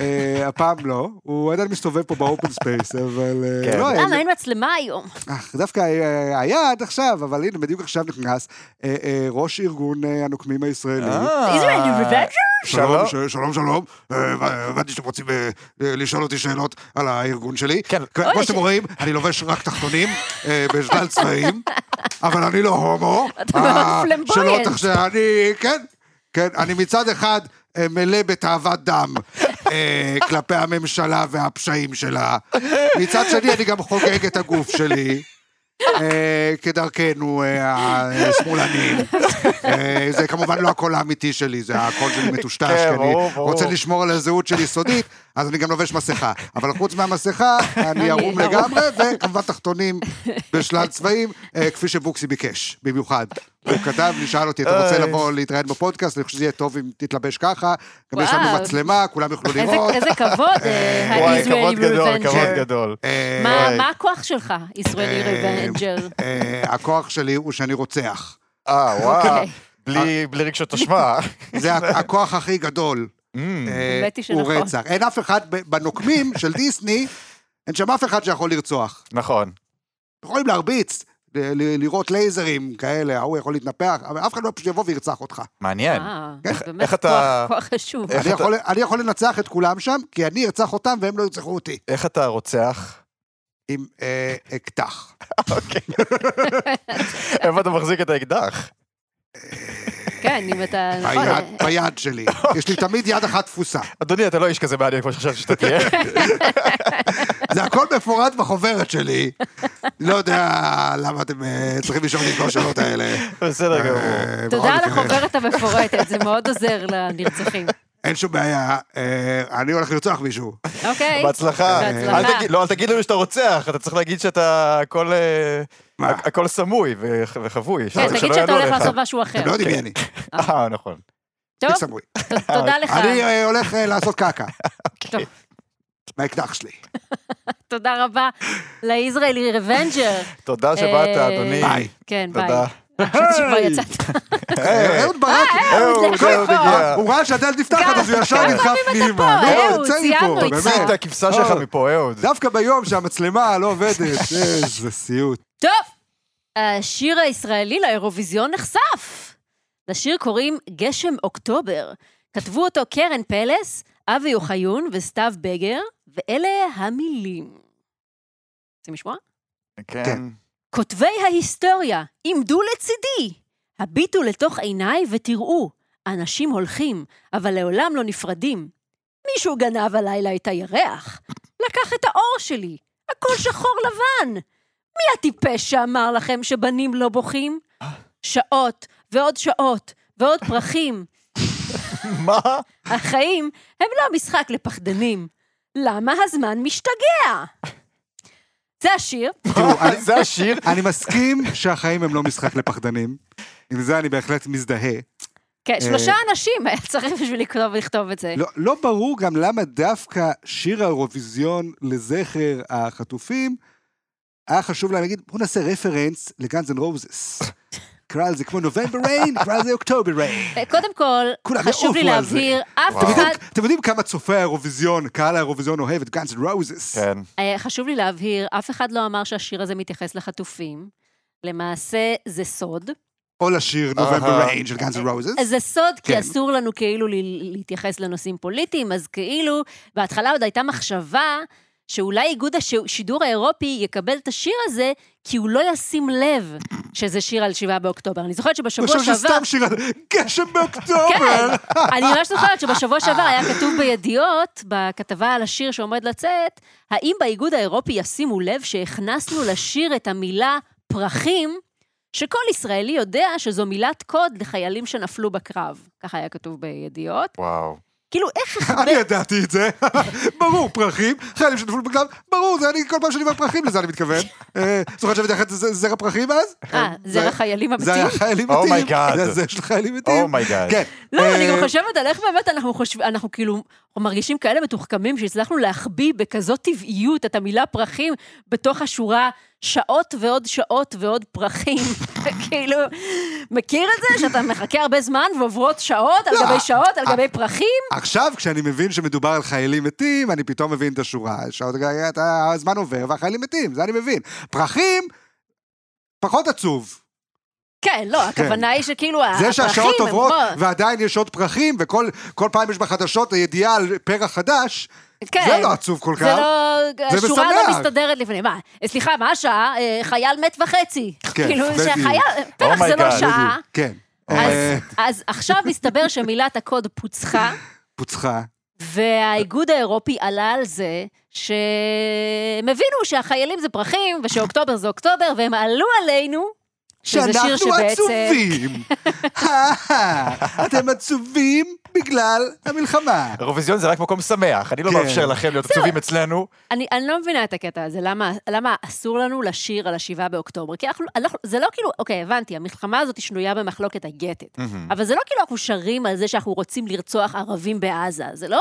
S1: אה, הפעם לא, הוא עדיין מסתובב פה באופן ספייס, אבל... אה,
S4: כן.
S1: לא,
S3: למה
S1: אה,
S3: אין מצלמה היום?
S1: אה, דווקא אה, היה עד עכשיו, אבל הנה, בדיוק עכשיו נכנס אה, אה, ראש ארגון אה, הנוקמים הישראלי.
S3: Israeli Revenge?
S4: אה, שלום.
S1: ש- שלום, שלום. אה, ו- הבנתי שאתם רוצים אה, אה, לשאול אותי שאלות על הארגון שלי.
S4: כן.
S1: כ-
S3: אוי,
S1: כמו שאתם
S3: ש-
S1: רואים, אני לובש רק תחתונים אה, בשלל צבעים, אבל אני לא הומו.
S3: אתה מאוד
S1: אה,
S3: flamboyant.
S1: שלא תחשב, אני, כן, כן, אני מצד אחד אה, מלא בתאוות דם אה, כלפי הממשלה והפשעים שלה. מצד שני, אני גם חוגג את הגוף שלי. אה, כדרכנו, אה, השמאלנים. אה, זה כמובן לא הקול האמיתי שלי, זה הקול שלי מטושטש,
S4: כן,
S1: כי אני
S4: ברור, ברור.
S1: רוצה לשמור על הזהות שלי סודית, אז אני גם לובש מסכה. אבל חוץ מהמסכה, אני
S3: אני לא.
S1: ערום
S3: ערום.
S1: לגמרי, וכמובן תחתונים בשלל צבעים, אה, כפי שבוקסי ביקש, במיוחד. הוא כתב לי, שאל אותי, אתה רוצה
S4: אוי.
S1: לבוא להתראיין בפודקאסט? אני חושב שזה יהיה טוב אם תתלבש ככה. גם יש לנו
S3: וואו.
S1: מצלמה, כולם יוכלו
S3: איזה-
S1: לראות.
S3: איזה כבוד, אה,
S4: וואי, כבוד
S3: ה-Israeli
S4: גדול, כבוד
S3: Revenger.
S4: גדול.
S1: אה,
S3: מה-
S4: אה,
S3: מה הכוח שלך, Israeli
S1: אה,
S3: Revenger?
S1: אה, הכוח שלי הוא שאני רוצח.
S4: אה, וואו.
S3: אוקיי.
S4: בלי- בלי רגשות אשמה. Mm,
S1: זה הכוח הכי גדול. אה,
S3: האמת היא
S1: הוא
S3: שנכון.
S1: רצח. אין אף אחד ב- בנוקמים של דיסני, אין שם אף אחד שיכול לרצוח.
S4: נכון.
S1: יכולים להרביץ, ל- ל- לירות לייזרים כאלה, ההוא יכול להתנפח, אבל אף אחד לא פשוט יבוא וירצח אותך.
S4: מעניין.
S3: אה, זה באמת
S4: כן. איך אתה-
S3: כוח- כוח חשוב.
S4: איך
S1: אני
S4: אתה-
S1: יכול- אני יכול לנצח את כולם שם, כי אני ארצח אותם והם לא ירצחו אותי.
S4: איך אתה רוצח?
S1: עם אה, אקדח.
S4: איפה אתה מחזיק את האקדח?
S3: כן, אם אתה...
S4: אה,
S3: נכון,
S1: ביד- ביד שלי.
S4: אוקיי.
S1: יש לי תמיד יד אחת תפוסה.
S4: אדוני, אתה לא איש כזה מעניין כמו שחשבתי שאתה תהיה.
S1: זה הכל מפורט בחוברת שלי. לא יודע למה אתם אה, צריכים לשאול לי את כל השאלות האלה.
S4: בסדר גמור.
S1: אה, בכל
S3: תודה על
S1: מקרה.
S3: החוברת המפורטת, זה מאוד עוזר לנרצחים.
S1: אין שום בעיה, אה, אני הולך לרצוח מישהו.
S3: אוקיי?
S4: בהצלחה.
S3: בהצלחה.
S4: אל תגיד- לא, אל תגיד לנו שאתה רוצח, אתה צריך להגיד שאתה הכל... אה,
S1: מה?
S3: אוקיי,
S4: הכ- הכל סמוי וח-
S3: כן,
S4: וחבוי. שלא-
S3: תגיד
S4: שלא
S3: שאתה
S4: יעלו
S3: הולך
S4: עליך.
S3: לעשות משהו אחר.
S1: אתם לא יודעים מי אני.
S4: אה, נכון.
S3: אוקיי. טוב,
S1: מי סמוי.
S3: ת- תודה לך.
S1: אני אה, הולך אה, לעשות קעקע.
S3: טוב.
S1: מהאקדח שלי.
S3: אה, תודה רבה לישראלי רבנג'ר.
S4: תודה שבאת,
S3: אה,
S4: אדוני.
S1: ביי. אה,
S3: כן, ביי.
S4: תודה.
S3: חשבתי שכבר יצאת.
S4: היי.
S1: אהוד ברק,
S4: אהוד,
S3: זה
S4: אהוד הגיע.
S1: הוא ראה שהדלת נפתחת,
S3: אה, גם-
S1: אז הוא ישר
S3: גם
S1: נדחף פנימה.
S3: פה,
S1: לא,
S3: אהוד,
S1: צא
S3: סיימנו
S1: מפה,
S3: איתך.
S4: תוציא את
S1: באמת.
S4: הכבשה שלך
S3: אה,
S1: אהוד.
S4: מפה, אה, אהוד.
S1: דווקא ביום שהמצלמה לא עובדת, איזה סיוט.
S3: טוב, השיר הישראלי לאירוויזיון נחשף. לשיר קוראים גשם אוקטובר. כתבו אותו קרן פלס, אבי אוחיון וסתיו בגר, ואלה המילים. רוצים לשמוע?
S4: כן.
S1: כן.
S3: כותבי ההיסטוריה, עמדו לצידי. הביטו לתוך עיניי ותראו, אנשים הולכים, אבל לעולם לא נפרדים. מישהו גנב הלילה את הירח, לקח את האור שלי, הכל שחור לבן. מי הטיפש שאמר לכם שבנים לא בוכים? שעות ועוד שעות ועוד פרחים.
S4: מה?
S3: החיים הם לא משחק לפחדנים. למה הזמן משתגע? זה השיר.
S1: תראו,
S3: אה,
S1: אני-
S4: זה השיר?
S1: אני מסכים שהחיים הם לא משחק לפחדנים. עם זה אני בהחלט מזדהה. אה,
S3: כן, שלושה אנשים היה צריך בשביל לקרוא ולכתוב את זה.
S1: לא, לא ברור גם למה דווקא שיר האירוויזיון לזכר החטופים, היה חשוב להם להגיד, בואו נעשה רפרנס לגאנז אנד רוזס. קרא על זה כמו נובמבר ריין, קרא על זה אוקטובר ריין.
S3: אה, קודם כל,
S1: לא. כולם
S3: חשוב לי
S1: יעופו על זה.
S3: להבהיר, אף
S1: אתם יודעים-
S3: אחד...
S1: אתם יודעים כמה צופי האירוויזיון, קהל האירוויזיון אוהב את גאנס רוזס.
S4: כן.
S3: אה, חשוב לי להבהיר, אף אחד לא אמר שהשיר הזה מתייחס לחטופים. למעשה, זה סוד.
S1: או לשיר נובמבר
S4: אהה.
S1: ריין של גאנס רוזס.
S3: אז זה סוד,
S1: כן.
S3: כי אסור לנו כאילו ל- להתייחס לנושאים פוליטיים, אז כאילו, בהתחלה עוד הייתה מחשבה שאולי איגוד השידור האירופי יקבל את השיר הזה, כי הוא לא ישים לב שזה שיר על 7 באוקטובר. אני זוכרת שבשבוע
S1: חושב
S3: שעבר...
S1: שזה סתם שיר על גשם באוקטובר.
S3: כן, אני ממש זוכרת שבשבוע שעבר היה כתוב בידיעות, בכתבה על השיר שעומד לצאת, האם באיגוד האירופי ישימו לב שהכנסנו לשיר את המילה פרחים, שכל ישראלי יודע שזו מילת קוד לחיילים שנפלו בקרב. ככה היה כתוב בידיעות.
S4: וואו.
S3: כאילו, איך...
S1: אני ידעתי את זה, ברור פרחים, חיילים שנפלו בגלל, ברור, זה אני כל פעם שאני אומר פרחים לזה אני מתכוון. אה, זוכרת שהבאתי לך את זה- זרע פרחים אז?
S3: אה, זרע חיילים
S1: זה היה
S3: המתים?
S1: חיילים
S4: Oh my
S1: מתים.
S4: God.
S1: זה הזרע של חיילים מתים.
S4: Oh my God.
S1: כן.
S3: לא, אני
S1: אה,
S3: גם חושבת על איך באמת אנחנו חושבים, אנחנו כאילו מרגישים כאלה מתוחכמים שהצלחנו להחביא בכזאת טבעיות את המילה פרחים בתוך השורה שעות ועוד שעות ועוד פרחים. כאילו, מכיר את זה? שאתה מחכה הרבה זמן ועוברות שעות על
S1: לא,
S3: גבי שעות על גבי פרחים?
S1: עכשיו, כשאני מבין שמדובר על חיילים מתים, אני פתאום מבין את השורה. שעות, אתה- הזמן עובר והחיילים מתים, זה אני מבין. פרחים, פחות עצוב.
S3: כן, לא, הכוונה היא שכאילו אה, הפרחים
S1: זה
S3: הם...
S1: שהשעות עוברות
S3: כמו-
S1: ועדיין יש עוד פרחים, וכל כל פעם יש בחדשות הידיעה על פרח חדש,
S3: כן.
S1: זה לא עצוב כל כך.
S3: זה לא...
S1: זה
S3: השורה
S1: משמח.
S3: לא מסתדרת לפני. מה, אה, סליחה, מה השעה? אה, חייל מת וחצי.
S1: כן,
S3: כאילו,
S1: בדיוק.
S3: שחייל... פרח זה לא
S4: God,
S3: שעה.
S1: כן. אה,
S3: אז, אז עכשיו מסתבר שמילת הקוד פוצחה,
S1: פוצחה.
S3: והאיגוד האירופי עלה על זה שהם הבינו שהחיילים זה פרחים, ושאוקטובר זה אוקטובר, והם עלו עלינו, שזה שיר
S1: שאנחנו
S3: שבעצם...
S1: עצובים. הא, אתם עצובים בגלל המלחמה.
S4: אירוויזיון זה רק מקום שמח, אני לא
S1: כן.
S4: מאפשר לכם להיות עצובים אצלנו.
S3: אני, אני לא מבינה את הקטע הזה, למה, למה אסור לנו לשיר על השבעה באוקטובר? כי אנחנו, אנחנו, זה לא כאילו, אוקיי, הבנתי, המלחמה הזאת היא שנויה במחלוקת הגתת, אבל זה לא כאילו אנחנו שרים על זה שאנחנו רוצים לרצוח ערבים בעזה, זה לא...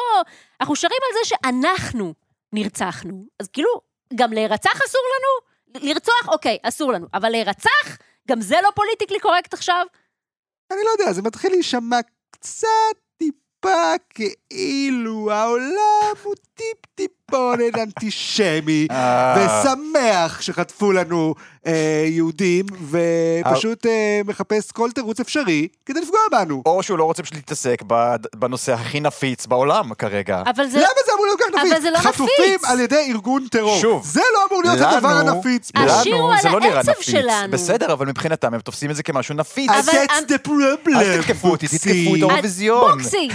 S3: אנחנו שרים על זה שאנחנו נרצחנו. אז כאילו, גם להירצח אסור לנו? ל- לרצוח, אוקיי, אסור לנו, אבל להירצח, גם זה לא פוליטיקלי קורקט עכשיו?
S1: אני לא יודע, זה מתחיל להישמע קצת טיפה כאילו העולם הוא טיפ-טיפונת אנטישמי.
S4: אה.
S1: ושמח שחטפו לנו אה, יהודים, ופשוט אה, מחפש כל תירוץ אפשרי כדי לפגוע בנו.
S4: או שהוא לא רוצה פשוט להתעסק בד- בנושא הכי נפיץ בעולם כרגע.
S3: אבל זה... לא-
S1: למה זה אמור להיות כל כך
S3: אבל
S1: נפיץ?
S3: זה לא
S1: חטופים
S3: נפיץ.
S1: על ידי ארגון טרור.
S4: שוב,
S1: זה לא אמור להיות הדבר
S4: לנו-
S1: הנפיץ. פה.
S3: השיר
S4: לנו
S3: הוא
S4: זה
S3: על
S4: לא נראה
S3: העצב
S4: נפיץ.
S3: שלנו.
S4: בסדר, אבל מבחינתם הם תופסים את זה כמשהו נפיץ.
S1: אז
S3: אבל-
S1: that's the problem.
S4: אל תתקפו אותי,
S1: בוקסי.
S4: תתקפו את
S3: אז-
S4: האירוויזיון.
S3: בוקסי!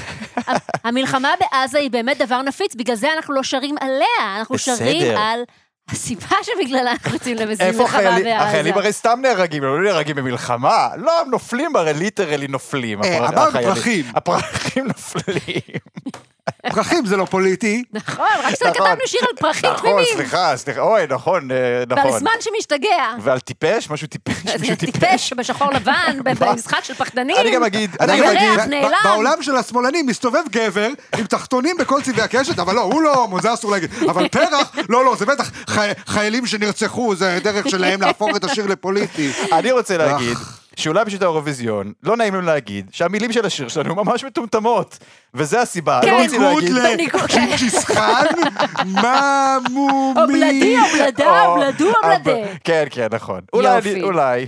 S3: ה- המלחמה בעזה היא באמת דבר נפיץ, בגלל זה אנחנו לא שרים עליה, אנחנו
S4: בסדר.
S3: שרים על הסיבה שבגללה אנחנו יוצאים למזיעים
S4: איפה
S3: מלחמה
S4: החיילים?
S3: בעזה.
S4: החיילים הרי סתם נהרגים, הם לא נהרגים במלחמה. לא, הם נופלים הרי ליטרלי נופלים.
S1: אה,
S4: הפר-
S1: אמרנו
S4: החיילים.
S1: פרחים.
S4: הפרחים נופלים.
S1: פרחים זה לא פוליטי.
S3: נכון, רק שאתה
S4: נכון.
S3: כתבנו שיר על פרחים
S4: נכון,
S3: תמימים,
S4: סליחה, סליחה, אוי, נכון, אה, נכון.
S3: ועל זמן שמשתגע.
S4: ועל טיפש? משהו טיפש? מישהו
S3: טיפש בשחור לבן, במשחק של פחדנים.
S4: אני גם אגיד,
S1: אני
S4: אני
S1: גם
S4: גם
S1: אגיד,
S3: הירח
S4: אגיד,
S1: ב-
S3: נעלם.
S1: בעולם של השמאלנים מסתובב גבר עם תחתונים בכל צבעי הקשת, אבל לא, הוא לא הומו, זה אסור להגיד. אבל פרח, לא, לא, זה בטח חי- חיילים שנרצחו, זה דרך שלהם להפוך את השיר לפוליטי.
S4: אני רוצה להגיד, שאולי בשביל האירוויזיון, לא נעים לנו להגיד שהמילים של השיר שלנו ממש מטומטמות, וזה הסיבה,
S3: כן.
S4: לא רוצים
S1: בניגוד
S4: להגיד.
S3: בניגוד-
S1: לג'ינג'יס חאן, ממומי.
S3: אובלדי, אובלדה,
S4: או-
S3: אובלדו, אובלדה.
S4: אה, אבל- כן, כן, נכון. אולי,
S3: יופי.
S4: אני- אולי.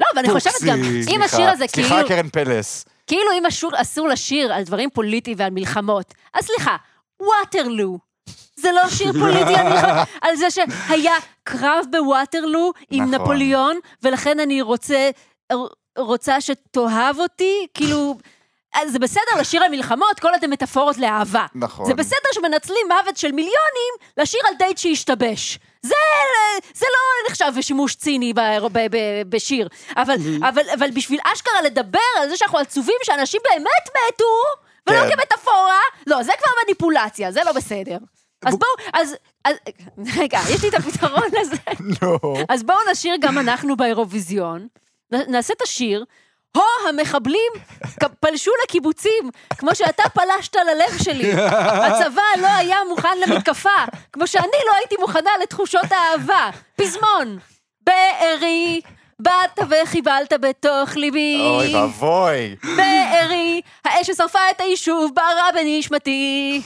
S3: לא, אבל אני חושבת גם,
S1: בוקסי,
S3: אם השיר
S4: סליחה.
S3: הזה כאילו...
S4: סליחה, קרן פלס.
S3: כאילו אם אשור, אסור לשיר על דברים פוליטיים ועל מלחמות, אז סליחה, וואטרלו. זה לא שיר פוליטי על, מלחמה, על זה שהיה קרב בוואטרלו עם
S4: נכון.
S3: נפוליאון, ולכן אני רוצה, רוצה שתאהב אותי, כאילו... אז זה בסדר לשיר על מלחמות, כל עוד הן מטאפורות לאהבה.
S4: נכון.
S3: זה בסדר שמנצלים מוות של מיליונים לשיר על דייט שהשתבש. זה, זה לא נחשב שימוש ציני ב, ב, ב, בשיר. אבל, אבל, אבל בשביל אשכרה לדבר על זה שאנחנו עצובים שאנשים באמת מתו, ולא
S4: כן.
S3: כמטאפורה, לא, זה כבר מניפולציה, זה לא בסדר. אז בואו, אז, אז... רגע, יש לי את הפתרון לזה.
S4: נו.
S3: אז בואו נשיר גם אנחנו באירוויזיון, נ- נעשה את השיר. הו, המחבלים כ- פלשו לקיבוצים, כמו שאתה פלשת ללב שלי. הצבא לא היה מוכן למתקפה, כמו שאני לא הייתי מוכנה לתחושות האהבה. פזמון, בארי, באת וחיבלת בתוך ליבי.
S4: אוי ואבוי.
S3: בארי, האש ששרפה את היישוב בערה בנשמתי.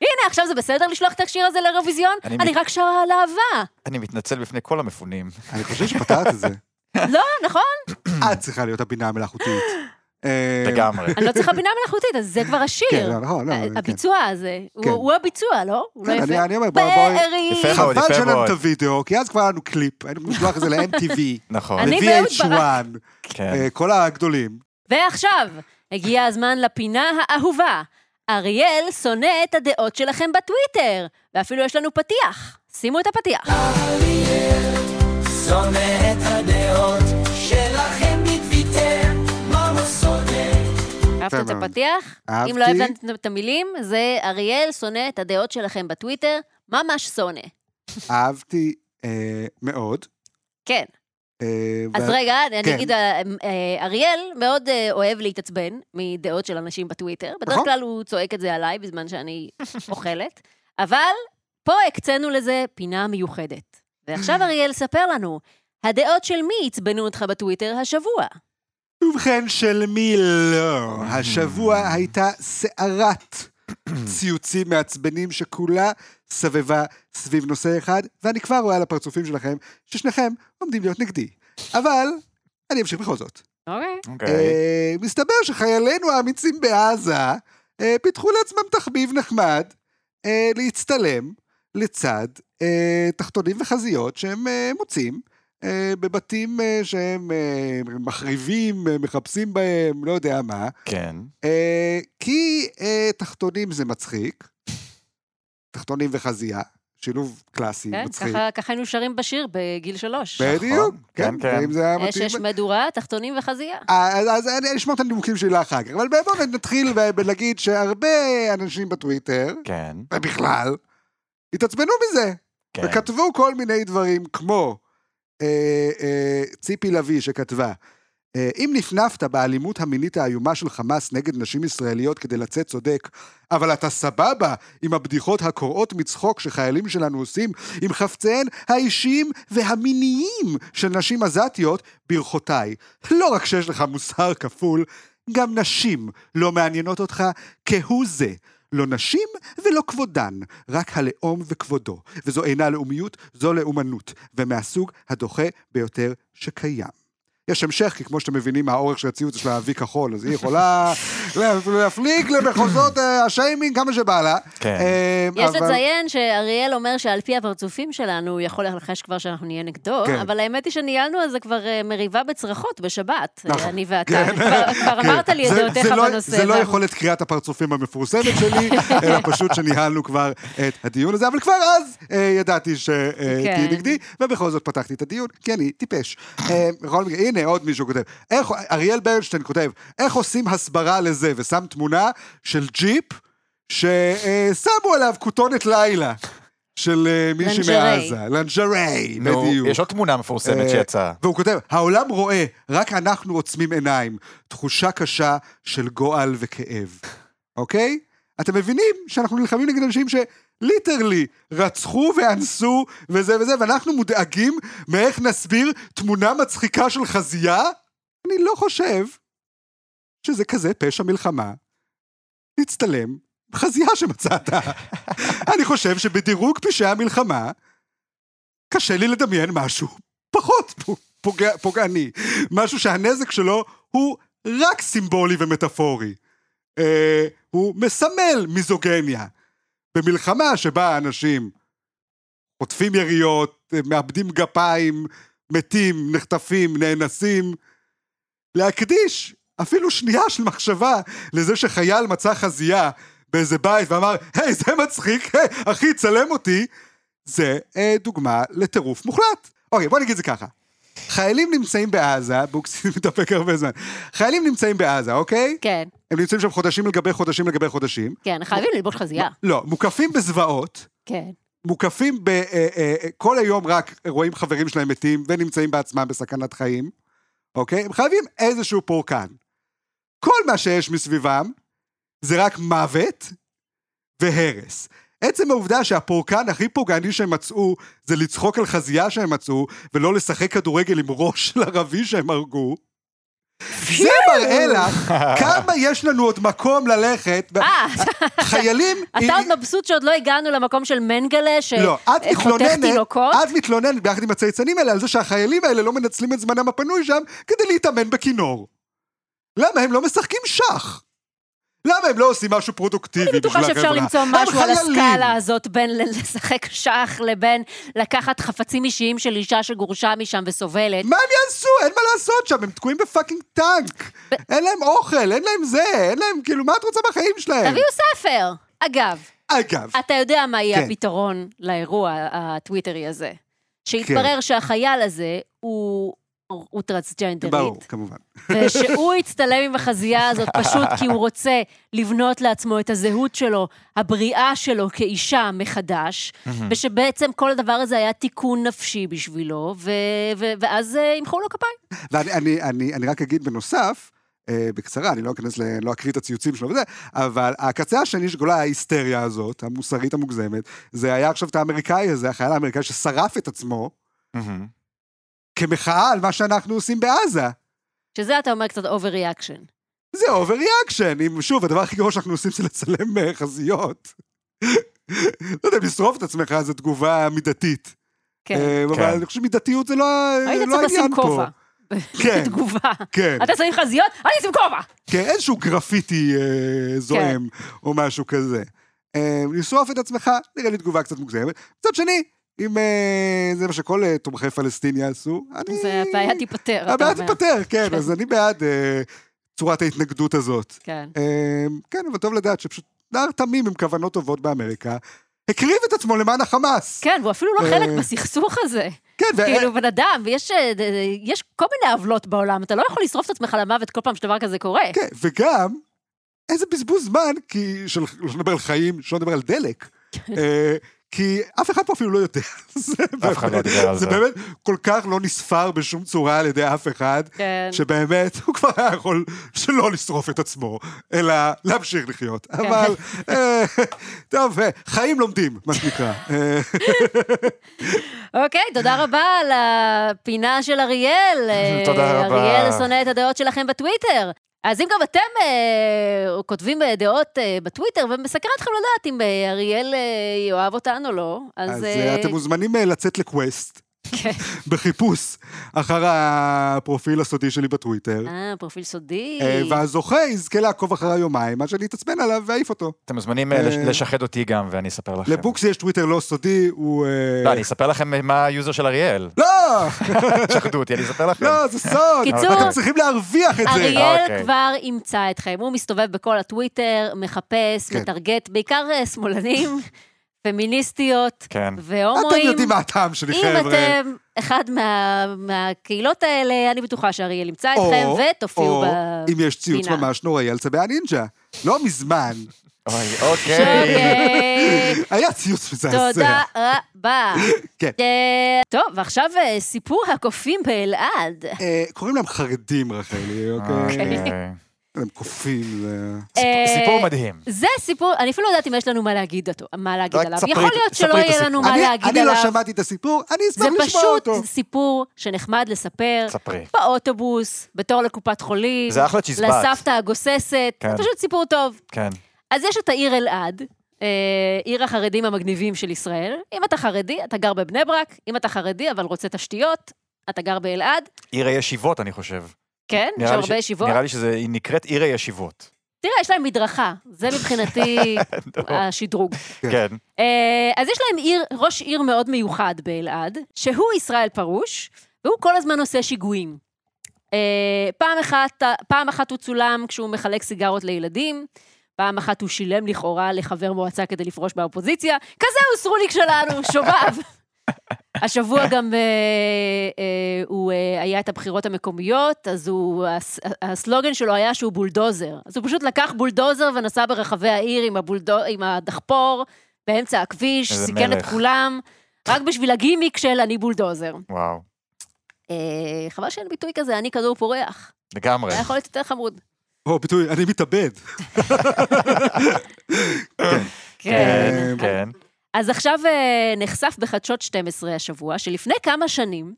S3: הנה, עכשיו זה בסדר לשלוח את השיר הזה לאירוויזיון?
S4: אני
S3: אני
S4: מת-
S3: רק שרה על אהבה.
S4: אני מתנצל בפני כל המפונים.
S1: אני חושב שפתרת את זה.
S3: לא, נכון?
S1: את צריכה להיות הבינה המלאכותית. אה,
S4: לגמרי.
S3: אני לא צריכה בינה מלאכותית, אז זה כבר
S1: כן,
S3: השיר.
S1: לא, נכון, לא, כן.
S3: הביצוע הזה, הוא-
S1: כן.
S3: הוא הביצוע, לא? הוא לא
S1: כן,
S3: יפה.
S1: אני- אני אומר, בוא- בואי-
S3: בארי.
S4: יפה מאוד,
S1: חבל
S4: יפה
S1: שאין לנו
S4: מאוד.
S1: את הווידאו, כי אז כבר היה לנו קליפ, היינו יכולים לשלוח את זה ל-MTV.
S4: נכון.
S3: אני ואהוד
S1: ל-VH1,
S4: כן.
S1: אה, כל הגדולים.
S3: ועכשיו, הגיע הזמן לפינה האהובה. אריאל שונא את הדעות שלכם בטוויטר, ואפילו יש לנו פתיח. שימו את הפתיח.
S2: שונא את הדעות שלכם מטוויטר, מה הוא שונא?
S3: אהבת את
S1: מאוד.
S3: הפתיח?
S1: אהבתי.
S3: אם לא הבנת את המילים, זה אריאל שונא את הדעות שלכם בטוויטר, ממש שונא.
S1: אהבתי אה, מאוד.
S3: כן.
S1: אה,
S3: אז
S1: ו-
S3: רגע, אני
S1: כן.
S3: אגיד, אה, אה, אריאל מאוד אה, אוהב להתעצבן מדעות של אנשים בטוויטר. בדרך
S1: נכון.
S3: כלל הוא צועק את זה עליי בזמן שאני אוכלת, אבל פה הקצינו לזה פינה מיוחדת. ועכשיו אריאל, ספר לנו, הדעות של מי עצבנו אותך בטוויטר השבוע?
S1: ובכן, של מי
S4: Mm.
S1: לא? השבוע הייתה סערת ציוצים מעצבנים שכולה סבבה סביב נושא אחד, ואני כבר רואה על הפרצופים שלכם ששניכם עומדים להיות נגדי. אבל אני אמשיך בכל זאת.
S3: אוקיי.
S4: אוקיי.
S1: אה, מסתבר שחיילינו האמיצים בעזה אה, פיתחו לעצמם תחביב נחמד אה, להצטלם לצד אה, תחתונים וחזיות שהם אה, מוצאים אה, בבתים אה, שהם אה, מחריבים, אה, מחפשים בהם, לא יודע מה,
S4: כן.
S1: אה, כי אה, תחתונים זה מצחיק, תחתונים וחזייה, שילוב קלאסי
S3: כן,
S1: מצחיק.
S3: ככה- ככה היינו שרים בשיר בגיל שלוש.
S1: בדיוק,
S4: נכון,
S1: כן,
S4: כן, כן.
S1: ואם זה היה
S3: אש
S1: מתאים...
S3: אש מדורה, תחתונים וחזייה.
S1: אז, אה, אז אני אשמור את הנימוקים שלי לאחר כך, אבל בואו נתחיל ב- בלהגיד שהרבה אנשים בטוויטר,
S4: כן.
S1: ובכלל, התעצבנו מזה,
S4: כן.
S1: וכתבו כל מיני דברים כמו אה, אה, ציפי לביא שכתבה, אה, אם נפנפת באלימות המינית האיומה של חמאס נגד נשים ישראליות כדי לצאת צודק, אבל אתה סבבה עם הבדיחות הקורעות מצחוק שחיילים שלנו עושים עם חפציהן האישיים והמיניים של נשים עזתיות, ברכותיי. לא רק שיש לך מוסר כפול, גם נשים לא מעניינות אותך כהוא זה. לא נשים ולא כבודן, רק הלאום וכבודו. וזו אינה לאומיות, זו לאומנות, ומהסוג הדוחה ביותר שקיים. יש המשך, כי כמו שאתם מבינים מהאורך של הציוץ של האבי כחול, אז היא יכולה להפ- להפליג למחוזות אה, השיימינג כמה שבא לה.
S4: כן.
S1: אה,
S3: יש
S1: אבל-
S3: לציין שאריאל אומר שעל פי הפרצופים שלנו, הוא יכול לנחש כבר שאנחנו נהיה נגדו,
S1: כן.
S3: אבל האמת היא שניהלנו על זה כבר אה, מריבה בצרחות בשבת, אה,
S1: נכון.
S3: אני ואתה. כבר- כבר
S1: כן,
S3: אמרת לי את
S1: זה-
S3: דעותיך
S1: זה לא-
S3: בנושא.
S1: זה לא
S3: ואנחנו-
S1: יכולת קריאת הפרצופים המפורסמת שלי, אלא פשוט שניהלנו כבר את הדיון הזה, אבל כבר אז אה, ידעתי שתהיי
S3: כן.
S1: נגדי, ובכל זאת פתחתי את הדיון, כי אני טיפש. אה, בכל מקרה, הנה עוד מישהו כותב. איך- אריאל ברנשטיין כותב, איך עושים הסברה לזה, ושם תמונה של ג'יפ, ששמו עליו כותונת לילה. של אה, מישהי
S3: לנג'רי.
S1: מעזה, לנג'רי,
S4: נו,
S1: בדיוק.
S4: יש עוד תמונה מפורסמת
S1: אה,
S4: שיצאה.
S1: והוא כותב, העולם רואה, רק אנחנו עוצמים עיניים. תחושה קשה של גועל וכאב. אוקיי? אתם מבינים שאנחנו נלחמים נגד אנשים שליטרלי רצחו ואנסו וזה וזה, ואנחנו מודאגים מאיך נסביר תמונה מצחיקה של חזייה? אני לא חושב שזה כזה פשע מלחמה. להצטלם עם חזייה שמצאת. אני חושב שבדירוג פשעי המלחמה, קשה לי לדמיין משהו פחות פוג- פוגע, פוגעני, משהו שהנזק שלו הוא רק סימבולי ומטאפורי. אה, הוא מסמל מיזוגניה. במלחמה שבה אנשים חוטפים יריות, אה, מאבדים גפיים, מתים, נחטפים, נאנסים, להקדיש אפילו שנייה של מחשבה לזה שחייל מצא חזייה באיזה בית ואמר, היי, זה מצחיק, היי, אחי, צלם אותי, זה אה, דוגמה לטירוף מוחלט. אוקיי, בוא נגיד את זה ככה. חיילים נמצאים בעזה, בוקסי מתאפק הרבה זמן, חיילים נמצאים בעזה, אוקיי?
S3: כן,
S1: הם נמצאים שם חודשים על גבי חודשים על גבי חודשים.
S3: כן, חייבים ללבוש חזייה.
S1: לא, מוקפים בזוועות,
S3: כן.
S1: מוקפים ב... אה, אה, אה, כל היום רק רואים חברים שלהם מתים ונמצאים בעצמם בסכנת חיים, אוקיי? הם חייבים איזשהו פורקן. כל מה שיש מסביבם זה רק מוות והרס. עצם העובדה שהפורקן הכי פוגעני שהם מצאו זה לצחוק על חזייה שהם מצאו, ולא לשחק כדורגל עם ראש של ערבי שהם הרגו. זה מראה לך כמה יש לנו עוד מקום ללכת.
S3: אה,
S1: חיילים...
S3: אתה עוד מבסוט שעוד לא הגענו למקום של מנגלה,
S1: לא, את
S3: שחותך
S1: מתלוננת,
S3: אה,
S1: אה,
S3: תינוקות?
S1: את מתלוננת ביחד עם הצייצנים האלה על זה שהחיילים האלה לא מנצלים את זמנם הפנוי שם כדי להתאמן בכינור. למה הם לא משחקים שח? למה הם לא עושים משהו פרודוקטיבי
S3: אני
S1: בשביל החברה?
S3: בטוחה שאפשר למצוא
S1: הם
S3: משהו על
S1: חיילים.
S3: הסקאלה הזאת בין ל- לשחק שח לבין לקחת חפצים אישיים של אישה שגורשה משם וסובלת.
S1: מה הם יעשו? אין מה לעשות שם, הם תקועים בפאקינג טנק. אין להם אוכל, אין להם זה, אין להם, כאילו, מה את רוצה בחיים שלהם?
S3: תביאו ספר! אגב,
S1: אגב,
S3: אתה יודע מה יהיה
S1: כן.
S3: הפתרון לאירוע הטוויטרי הזה.
S1: כן.
S3: שהתברר שהחייל הזה הוא... הוא
S1: ברור,
S3: טרנסג'נדרית,
S1: כמובן.
S3: ושהוא יצטלם עם החזייה הזאת פשוט כי הוא רוצה לבנות לעצמו את הזהות שלו, הבריאה שלו כאישה מחדש, ושבעצם כל הדבר הזה היה תיקון נפשי בשבילו, ו- ו- ואז אה, ימחאו לו כפיים.
S1: ואני אני, אני, אני רק אגיד בנוסף, אה, בקצרה, אני לא אכנס, ל, לא אקריא את הציוצים שלו וזה, אבל הקצה השני של כל ההיסטריה הזאת, המוסרית המוגזמת, זה היה עכשיו את האמריקאי הזה, החייל האמריקאי ששרף את עצמו,
S4: מהמם.
S1: כמחאה על מה שאנחנו עושים בעזה.
S3: שזה אתה אומר קצת אובר ריאקשן.
S1: זה אובר ריאקשן, אם שוב, הדבר הכי גרוע שאנחנו עושים זה לצלם אה, חזיות. לא יודע, אם לשרוף את עצמך זו תגובה מידתית.
S3: כן.
S1: אה,
S4: כן.
S1: אבל אני חושב שמידתיות זה לא ה- לא
S3: היית
S1: העניין פה.
S3: צריך לשים כובע.
S1: כן.
S3: בתגובה.
S1: כן.
S3: אתה שמים חזיות, אני אשים כובע!
S1: כן, איזשהו גרפיטי אה, זועם,
S3: כן.
S1: או משהו כזה. אה, לשרוף את עצמך, נראה לי תגובה קצת מוגזמת. מצד שני, אם אה, זה מה שכל אה, תומכי פלסטין יעשו, אני...
S3: זה הבעיה תיפתר, אתה
S1: הבעיה
S3: אומר.
S1: תיפתר, כן,
S3: כן.
S1: אז אני בעד אה, צורת ההתנגדות הזאת.
S3: כן.
S1: אה, כן, אבל טוב לדעת שפשוט נער תמים עם כוונות טובות באמריקה, הקריב את עצמו למען החמאס.
S3: כן, והוא אפילו לא
S1: אה,
S3: חלק בסכסוך הזה.
S1: כן, ו-
S3: כאילו, בן אדם, ויש, אה, אה, יש כל מיני עוולות בעולם, אתה לא יכול לשרוף את עצמך למוות כל פעם שדבר כזה קורה.
S1: כן, וגם, איזה בזבוז זמן, כי, של, לא שנדבר על חיים, שלא נדבר על דלק,
S4: כן.
S1: אה, כי אף אחד פה אפילו לא יודע. זה
S4: אף אחד לא
S1: באמת-
S4: דיבר על זה.
S1: זה באמת כל כך לא נספר בשום צורה על ידי אף אחד,
S3: כן.
S1: שבאמת הוא כבר היה יכול שלא לשרוף את עצמו, אלא להמשיך לחיות.
S4: כן.
S1: אבל, אה, טוב, אה, חיים לומדים, מה שנקרא. אה,
S3: אוקיי, תודה רבה על הפינה של אריאל. אה,
S4: תודה רבה.
S3: אריאל שונא את הדעות שלכם בטוויטר. אז אם גם אתם אה, כותבים אה, דעות אה, בטוויטר, ומסקרן אתכם לדעת אם אה, אריאל אה, יאהב אותן או לא, אז...
S1: אז
S3: אה,
S1: אה, אתם מוזמנים אה, לצאת לקווסט.
S3: כן.
S1: בחיפוש אחר הפרופיל הסודי שלי בטוויטר.
S3: אה, פרופיל סודי.
S1: אה, והזוכה יזכה לעקוב אחרי היומיים עד שאני אתעצבן עליו ואעיף אותו.
S4: אתם מוזמנים אה, לש-
S1: אה,
S4: לשחד אותי גם, ואני אספר לכם.
S1: לבוקסי יש טוויטר לא סודי, הוא... אה,
S4: לא, אני אספר לכם מה היוזר של אריאל.
S1: לא!
S4: שחדו אותי, אני אספר לכם.
S1: לא, זה סוד!
S3: קיצור,
S1: אתם צריכים להרוויח את זה!
S3: אריאל
S4: אוקיי.
S3: כבר ימצא אתכם, הוא מסתובב בכל הטוויטר, מחפש,
S1: כן.
S3: מטרגט, בעיקר אה, שמאלנים, פמיניסטיות
S4: כן.
S1: אתם
S3: והומואים.
S1: יודעים מה הטעם שלי,
S3: אם
S1: חבר'ה.
S3: אתם אחד מה- מהקהילות האלה, אני בטוחה שאריאל ימצא
S1: או-
S3: אתכם ותופיעו
S1: או
S3: בפינה.
S1: אם יש ציוץ ממש נוראי על צבי הנינג'ה. לא מזמן.
S4: אוי, אוקיי.
S3: אוקיי,
S1: היה ציוץ מזעזע.
S3: תודה רבה.
S1: כן.
S3: אה, טוב, ועכשיו אה, סיפור הקופים באלעד.
S1: אה, קוראים להם חרדים, רחלי, אוקיי?
S4: אוקיי.
S1: הם קופים, זה...
S3: אה,
S4: סיפור מדהים.
S3: זה סיפור, אני אפילו לא יודעת אם יש לנו מה להגיד אותו- מה להגיד
S4: רק
S3: עליו.
S4: תספרי
S3: יכול
S4: את-
S3: להיות
S4: תספרי
S3: שלא
S4: את
S3: יהיה לנו מה
S1: אני-
S3: להגיד
S1: אני לא
S3: עליו.
S1: שמעתי את הסיפור, אני
S3: זה
S1: אשמח לשמוע
S3: פשוט
S1: אותו.
S3: סיפור שנחמד לספר.
S4: ספרי.
S3: באוטובוס, בתור לקופת חולים.
S4: זה אחלה צ'יזבט.
S3: לסבתא הגוססת.
S4: כן.
S3: זה פשוט סיפור טוב.
S4: כן.
S3: אז יש את העיר אלעד, אה, עיר החרדים המגניבים של ישראל. אם אתה חרדי, אתה גר בבני ברק. אם אתה חרדי אבל רוצה תשתיות, אתה גר באלעד.
S4: עיר הישיבות, אני חושב.
S3: כן, יש
S4: נראה
S3: שם
S4: לי
S3: הרבה
S4: ש-
S3: ישיבות.
S4: נראה לי שהיא נקראת עיר הישיבות.
S3: תראה, יש להם מדרכה. זה מבחינתי
S4: לא.
S3: השדרוג.
S4: כן.
S3: אה, אז יש להם עיר, ראש עיר מאוד מיוחד באלעד, שהוא ישראל פרוש, והוא כל הזמן עושה שיגועים. אה, פעם אחת, פעם אחת הוא צולם כשהוא מחלק סיגרות לילדים, פעם אחת הוא שילם לכאורה לחבר מועצה כדי לפרוש מהאופוזיציה, כזה הוא סרוליק שלנו, שובב. השבוע גם אה, אה, הוא אה, היה את הבחירות המקומיות, אז הוא, הס, הסלוגן שלו היה שהוא בולדוזר. אז הוא פשוט לקח בולדוזר ונסע ברחבי העיר עם, הבולדו, עם הדחפור, באמצע הכביש,
S4: איזה
S3: סיכן את
S4: מלך.
S3: כולם, רק בשביל הגימיק של אני בולדוזר.
S4: וואו.
S3: אה, חבל שאין ביטוי כזה, אני כדור פורח.
S4: לגמרי.
S3: היה יכול להיות יותר חמוד.
S1: או, ביטוי, אני מתאבד.
S3: כן.
S4: כן.
S3: אז עכשיו אה, נחשף בחדשות 12 השבוע, שלפני כמה שנים,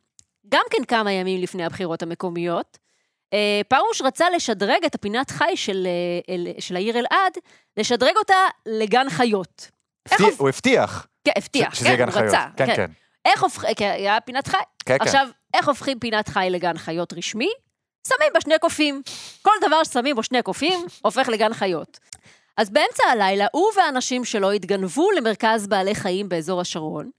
S3: גם כן כמה ימים לפני הבחירות המקומיות, אה, פרוש רצה לשדרג את הפינת חי של, אה, אל- של העיר אלעד, לשדרג אותה לגן חיות. איך
S4: הפתיע-
S3: הופ-
S4: הוא הבטיח
S3: כן, הבטיח,
S4: שזה יהיה
S3: כן,
S4: גן
S3: הוא
S4: חיות.
S3: רצה.
S4: כן, כן.
S3: איך הופכים, כי היה פינת חי.
S4: כן, כן.
S3: עכשיו, איך הופכים פינת חי לגן חיות רשמי? שמים בה שני קופים. כל דבר ששמים בו שני קופים, הופך לגן חיות. אז באמצע הלילה, הוא והאנשים שלו התגנבו למרכז בעלי חיים באזור השרון,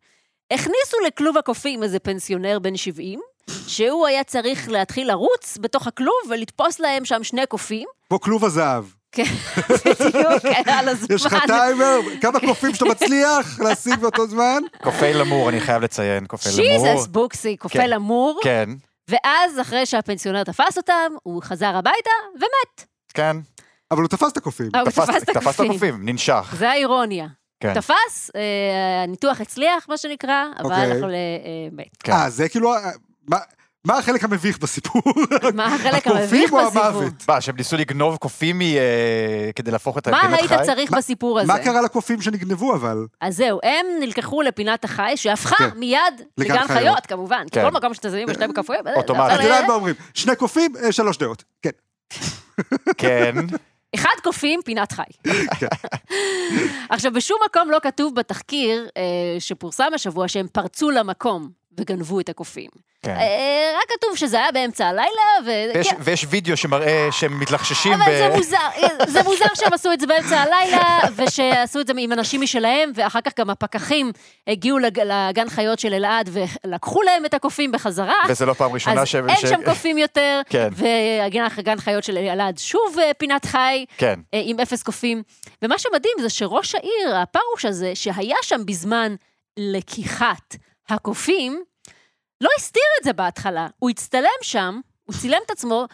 S3: הכניסו לכלוב הקופים איזה פנסיונר בן 70, שהוא היה צריך להתחיל לרוץ בתוך הכלוב ולתפוס להם שם שני קופים.
S1: כמו כלוב הזהב.
S3: כן, בדיוק, היה לו זמן.
S1: יש לך טיימר, כמה קופים שאתה מצליח להשיג באותו זמן?
S4: קופי למור, אני חייב לציין, קופי למור.
S3: שיזס בוקסי,
S4: כן.
S3: כופל אמור.
S4: כן,
S3: ואז, אחרי שהפנסיונר תפס אותם, הוא חזר הביתה ומת.
S4: כן.
S1: אבל הוא תפס את הקופים.
S3: אה, הוא
S4: תפס-
S3: תפס את
S4: תפס את
S3: הקופים.
S4: הקופים, ננשך.
S3: זה האירוניה.
S4: כן.
S3: תפס, אה, הניתוח הצליח, מה שנקרא, אבל
S1: אוקיי.
S3: אנחנו ל- אה, מת.
S4: כן.
S1: אה, זה כאילו... ה- מה- מה החלק המביך בסיפור?
S3: אה, מה החלק
S1: הקופים
S3: המביך
S1: או
S3: בסיפור?
S1: המוות?
S4: מה, שהם ניסו לגנוב קופים מ... אה, כדי להפוך את
S3: מה
S4: הפינת
S3: היית
S4: חי?
S3: צריך בסיפור הזה?
S1: מה קרה לקופים שנגנבו אבל?
S3: אז זהו, הם נלקחו לפינת החי, שהפכה
S1: כן.
S3: מיד
S1: לגן
S3: לגן
S1: חיות.
S3: חיות, כמובן. כי
S4: כן.
S3: כל מקום שאתה שמים בשתי בכפויים, זה- זה
S4: אוטומטית.
S1: את
S3: הופך ל-
S1: יודעת מה אומרים? שני קופים, אה, שלוש דעות. כן.
S4: כן.
S3: אחד קופים, פינת חי.
S1: כן.
S3: עכשיו, בשום מקום לא כתוב בתחקיר אה, שפורסם השבוע שהם פרצו למקום וגנבו את הקופים.
S4: כן.
S3: אה, רק כתוב שזה היה באמצע הלילה, ו...
S4: ויש-
S3: כן,
S4: ויש וידאו שמראה שהם מתלחששים
S3: אבל זה
S4: ב...
S3: מוזר, אה, זה מוזר שהם עשו את זה באמצע הלילה, ושעשו את זה עם אנשים משלהם, ואחר כך גם הפקחים הגיעו לג- לגן חיות של אלעד ולקחו להם את הקופים בחזרה.
S4: וזה לא פעם ראשונה
S3: אז
S4: ש...
S3: אין
S4: ש-
S3: שם קופים יותר,
S4: כן.
S3: והגן חיות של אלעד שוב אה, פינת חי,
S4: כן.
S3: אה, עם אפס קופים. ומה שמדהים זה שראש העיר, הפרוש הזה, שהיה שם בזמן לקיחת הקופים, לא הסתיר את זה בהתחלה. הוא הצטלם שם, הוא צילם את עצמו.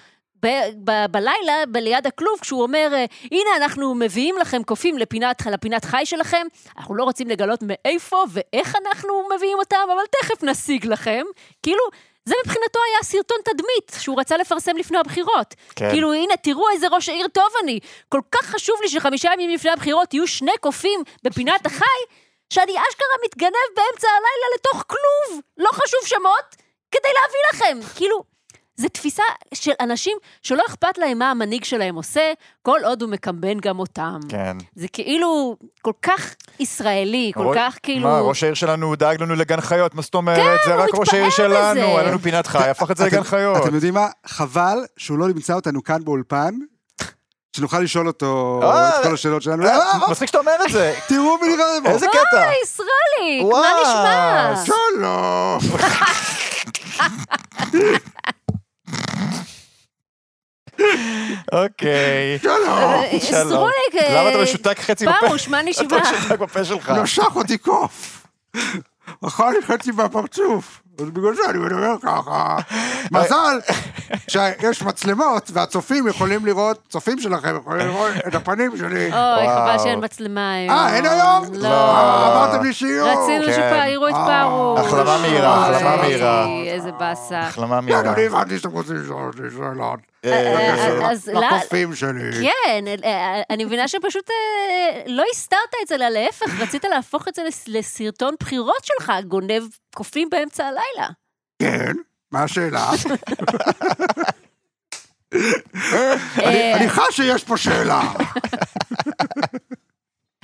S3: ב- ב- בלילה, ב- ליד הכלוב, כשהוא אומר, אה, הנה, אנחנו מביאים לכם קופים לפינת, לפינת חי שלכם, אנחנו לא רוצים לגלות מאיפה ואיך אנחנו מביאים אותם, אבל תכף נשיג לכם. כאילו, זה מבחינתו היה סרטון תדמית שהוא רצה לפרסם לפני הבחירות.
S4: כן.
S3: כן. כאילו, הנה, תראו איזה ראש העיר טוב אני. כל כך חשוב לי שחמישה ימים לפני הבחירות יהיו שני קופים בפינת החי, שאני אשכרה מתגנב באמצע הלילה לתוך כלוב, לא חשוב שמות, כדי להביא לכם. כאילו, זו תפיסה של אנשים שלא אכפת להם מה המנהיג שלהם עושה, כל עוד הוא מקמבן גם אותם.
S4: כן.
S3: זה כאילו כל כך ישראלי, כל
S4: ראש-
S3: כך כאילו...
S4: מה, ראש העיר שלנו דאג לנו לגן חיות, מה זאת אומרת? זה
S3: הוא
S4: רק ראש העיר
S3: מתפאר בזה.
S4: שלנו, היה לנו פינת חי, הפך את זה
S1: אתם-
S4: לגן חיות.
S1: אתם יודעים מה? חבל שהוא לא נמצא אותנו כאן באולפן, שנוכל לשאול אותו
S4: אה,
S1: את כל השאלות שלנו.
S4: אה,
S1: אה, אה,
S4: מצחיק שאתה אומר את זה.
S1: תראו מי נראה בו.
S4: איזה קטע.
S3: היי, ישראלי, מה
S4: וואו,
S3: נשמע?
S1: שלום.
S4: אוקיי.
S3: אה, סרוליק, אה,
S4: למה אתה משותק חצי בפה?
S3: פרוש, מה
S4: אתה
S3: נשמע?
S4: משותק בפה שלך.
S1: נשך לא אותי קוף. אכל לי חצי מהפרצוף. אז בגלל זה אני מדבר ככה. מזל שיש מצלמות והצופים יכולים לראות, צופים שלכם יכולים לראות את הפנים שלי.
S3: אוי, חבל
S4: וואו.
S3: שאין מצלמה היום.
S1: אה, אין היום?
S3: אה, לא.
S1: אה, אמרתם לי שיהיו.
S3: רצינו
S4: כן.
S3: שיראו את
S1: אה.
S3: פרוש.
S4: החלמה מהירה,
S3: אוי,
S4: החלמה מהירה.
S3: איזה באסה.
S4: החלמה
S1: כן,
S4: מהירה.
S1: אני הבנתי שאתם רוצים לשאול אותי שאלות.
S4: אה,
S3: אה, אז לה-
S1: לקופים שלי.
S3: כן, אה, אה, אני מבינה שפשוט אה, לא הסתרת את זה, אלא להפך, רצית להפוך את זה לס- לסרטון בחירות שלך, גונב קופים באמצע הלילה.
S1: כן, מה השאלה?
S3: אה,
S1: אני חש שיש פה שאלה.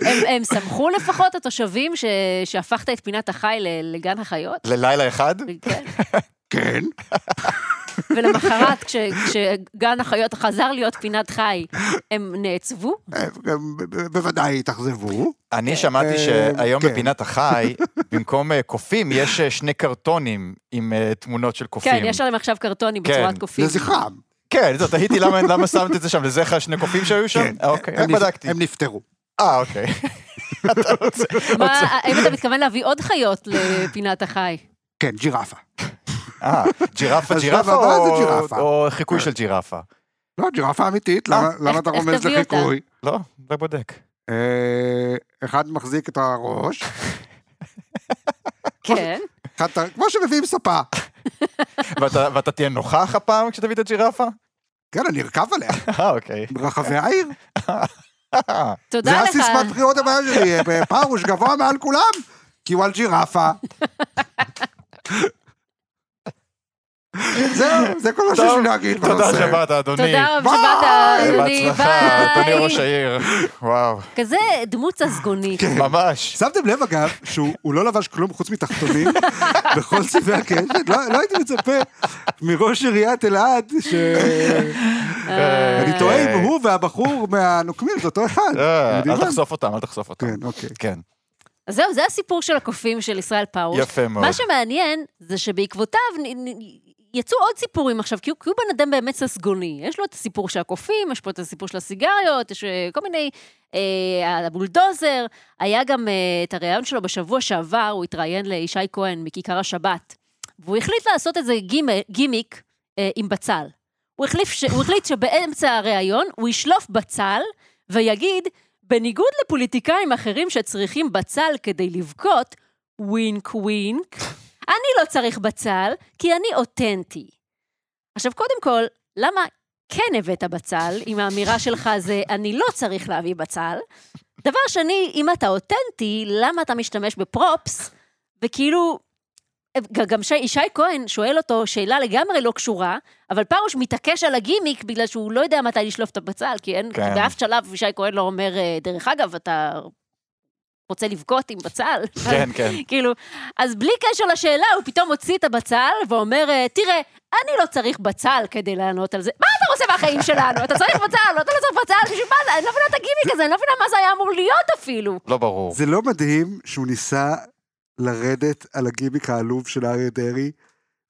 S3: הם- הם שמחו לפחות, התושבים, ש- שהפכת את פינת החי ל- לגן החיות?
S4: ללילה אחד?
S3: כן.
S1: כן.
S3: ולמחרת, כש- כשגן החיות חזר להיות פינת חי, הם נעצבו?
S1: הם אה, ב- ב- בוודאי התאכזבו.
S4: אני שמעתי
S1: אה,
S4: שהיום
S1: כן.
S4: בפינת החי, במקום אה, קופים, יש אה, שני קרטונים עם אה, תמונות של קופים.
S3: כן, יש עליהם עכשיו קרטונים
S4: כן.
S3: בצורת קופים.
S1: לזכרם.
S4: כן, זהו, תהיתי למה למה שמת את זה שם, לזכר שני קופים שהיו שם? אה, אוקיי, רק
S1: כן. הם נפ-
S4: בדקתי.
S1: הם נפטרו.
S4: אה, אוקיי. אתה רוצה...
S3: מה, האם אתה מתכוון להביא עוד חיות לפינת החי?
S1: כן, ג'ירפה.
S4: אה, ג'ירפה,
S1: אז
S4: ג'ירפה
S1: הבא זה
S4: או-
S1: ג'ירפה.
S4: או חיקוי של ג'ירפה?
S1: לא, ג'ירפה אמיתית, למה-
S3: איך-
S1: למה אתה
S3: איך
S1: רומז
S3: תביא אותה?
S1: לחיקוי?
S4: לא, לא בודק.
S1: אה, אחד מחזיק את הראש,
S3: כן.
S1: אחד את ה- כמו שמביאים ספה.
S4: ואתה- ואתה תהיה נוכח הפעם כשתביא את הג'ירפה?
S1: כן, אני ארכב עליה,
S4: אה, אוקיי.
S1: ברחבי העיר. זה
S3: תודה
S1: היה
S3: לך.
S1: סיסמת בחירות הבאה שלי, אה, פרוש גבוה מעל כולם, כי הוא על ג'ירפה. זהו, זה כל מה שיש לי להגיד
S4: תודה
S1: בנושא.
S4: שבאת, אדוני.
S3: תודה רבה
S1: ביי.
S3: שבאת, אדוני,
S4: בהצלחה, אדוני ראש
S3: ביי.
S4: העיר. כן. וואו,
S3: כזה דמות ססגונית.
S4: ממש.
S1: שמתם לב אגב, שהוא הוא לא לבש כלום חוץ מתחתונים בכל צבעי הקשת? לא, לא הייתי מצפה מראש עיריית אלעד, שאני
S3: אה,
S1: טועה אם הוא והבחור מהנוקמים זה אותו אחד.
S4: אה,
S1: אני
S4: אל
S1: יודע.
S4: תחשוף אותם, אל תחשוף אותם.
S1: כן, אוקיי.
S4: כן.
S3: אז זהו, זה הסיפור של הקופים של ישראל פרוש.
S4: יפה מאוד.
S3: מה שמעניין זה שבעקבותיו נ- נ- יצאו עוד סיפורים עכשיו, כי הוא, כי הוא בן אדם באמת ססגוני. יש לו את הסיפור של הקופים, יש פה את הסיפור של הסיגריות, יש אה, כל מיני... אה, הבולדוזר, היה גם אה, את הריאיון שלו בשבוע שעבר, הוא התראיין לישי כהן מכיכר השבת, והוא החליט לעשות איזה גימ- גימיק אה, עם בצל. הוא, החליף ש... הוא החליט שבאמצע הריאיון הוא ישלוף בצל ויגיד, בניגוד לפוליטיקאים אחרים שצריכים בצל כדי לבכות, ווינק ווינק, אני לא צריך בצל, כי אני אותנטי. עכשיו, קודם כל, למה כן הבאת בצל, אם האמירה שלך זה אני לא צריך להביא בצל? דבר שני, אם אתה אותנטי, למה אתה משתמש בפרופס? וכאילו, ג- גם ש- ישי כהן שואל אותו שאלה לגמרי לא קשורה, אבל פרוש מתעקש על הגימיק בגלל שהוא לא יודע מתי לשלוף את הבצל, כי אין,
S4: כן.
S3: כן. באף שלב ישי כהן לא אומר, "אה, דרך אגב, אתה רוצה לבכות עם בצל?
S4: כן, כן.
S3: כאילו, אז בלי קשר לשאלה, הוא פתאום מוציא את הבצל ואומר, אה, תראה, אני לא צריך בצל כדי לענות על זה. מה אתה רוצה מהחיים שלנו? אתה צריך בצל, אתה לא צריך בצל, בשביל מה זה? אני לא מבינה את הגימיק הזה, אני לא מבינה מה זה היה אמור להיות אפילו.
S4: לא ברור.
S1: זה לא מדהים שהוא ניסה לרדת על הגימיק העלוב של אריה דרעי,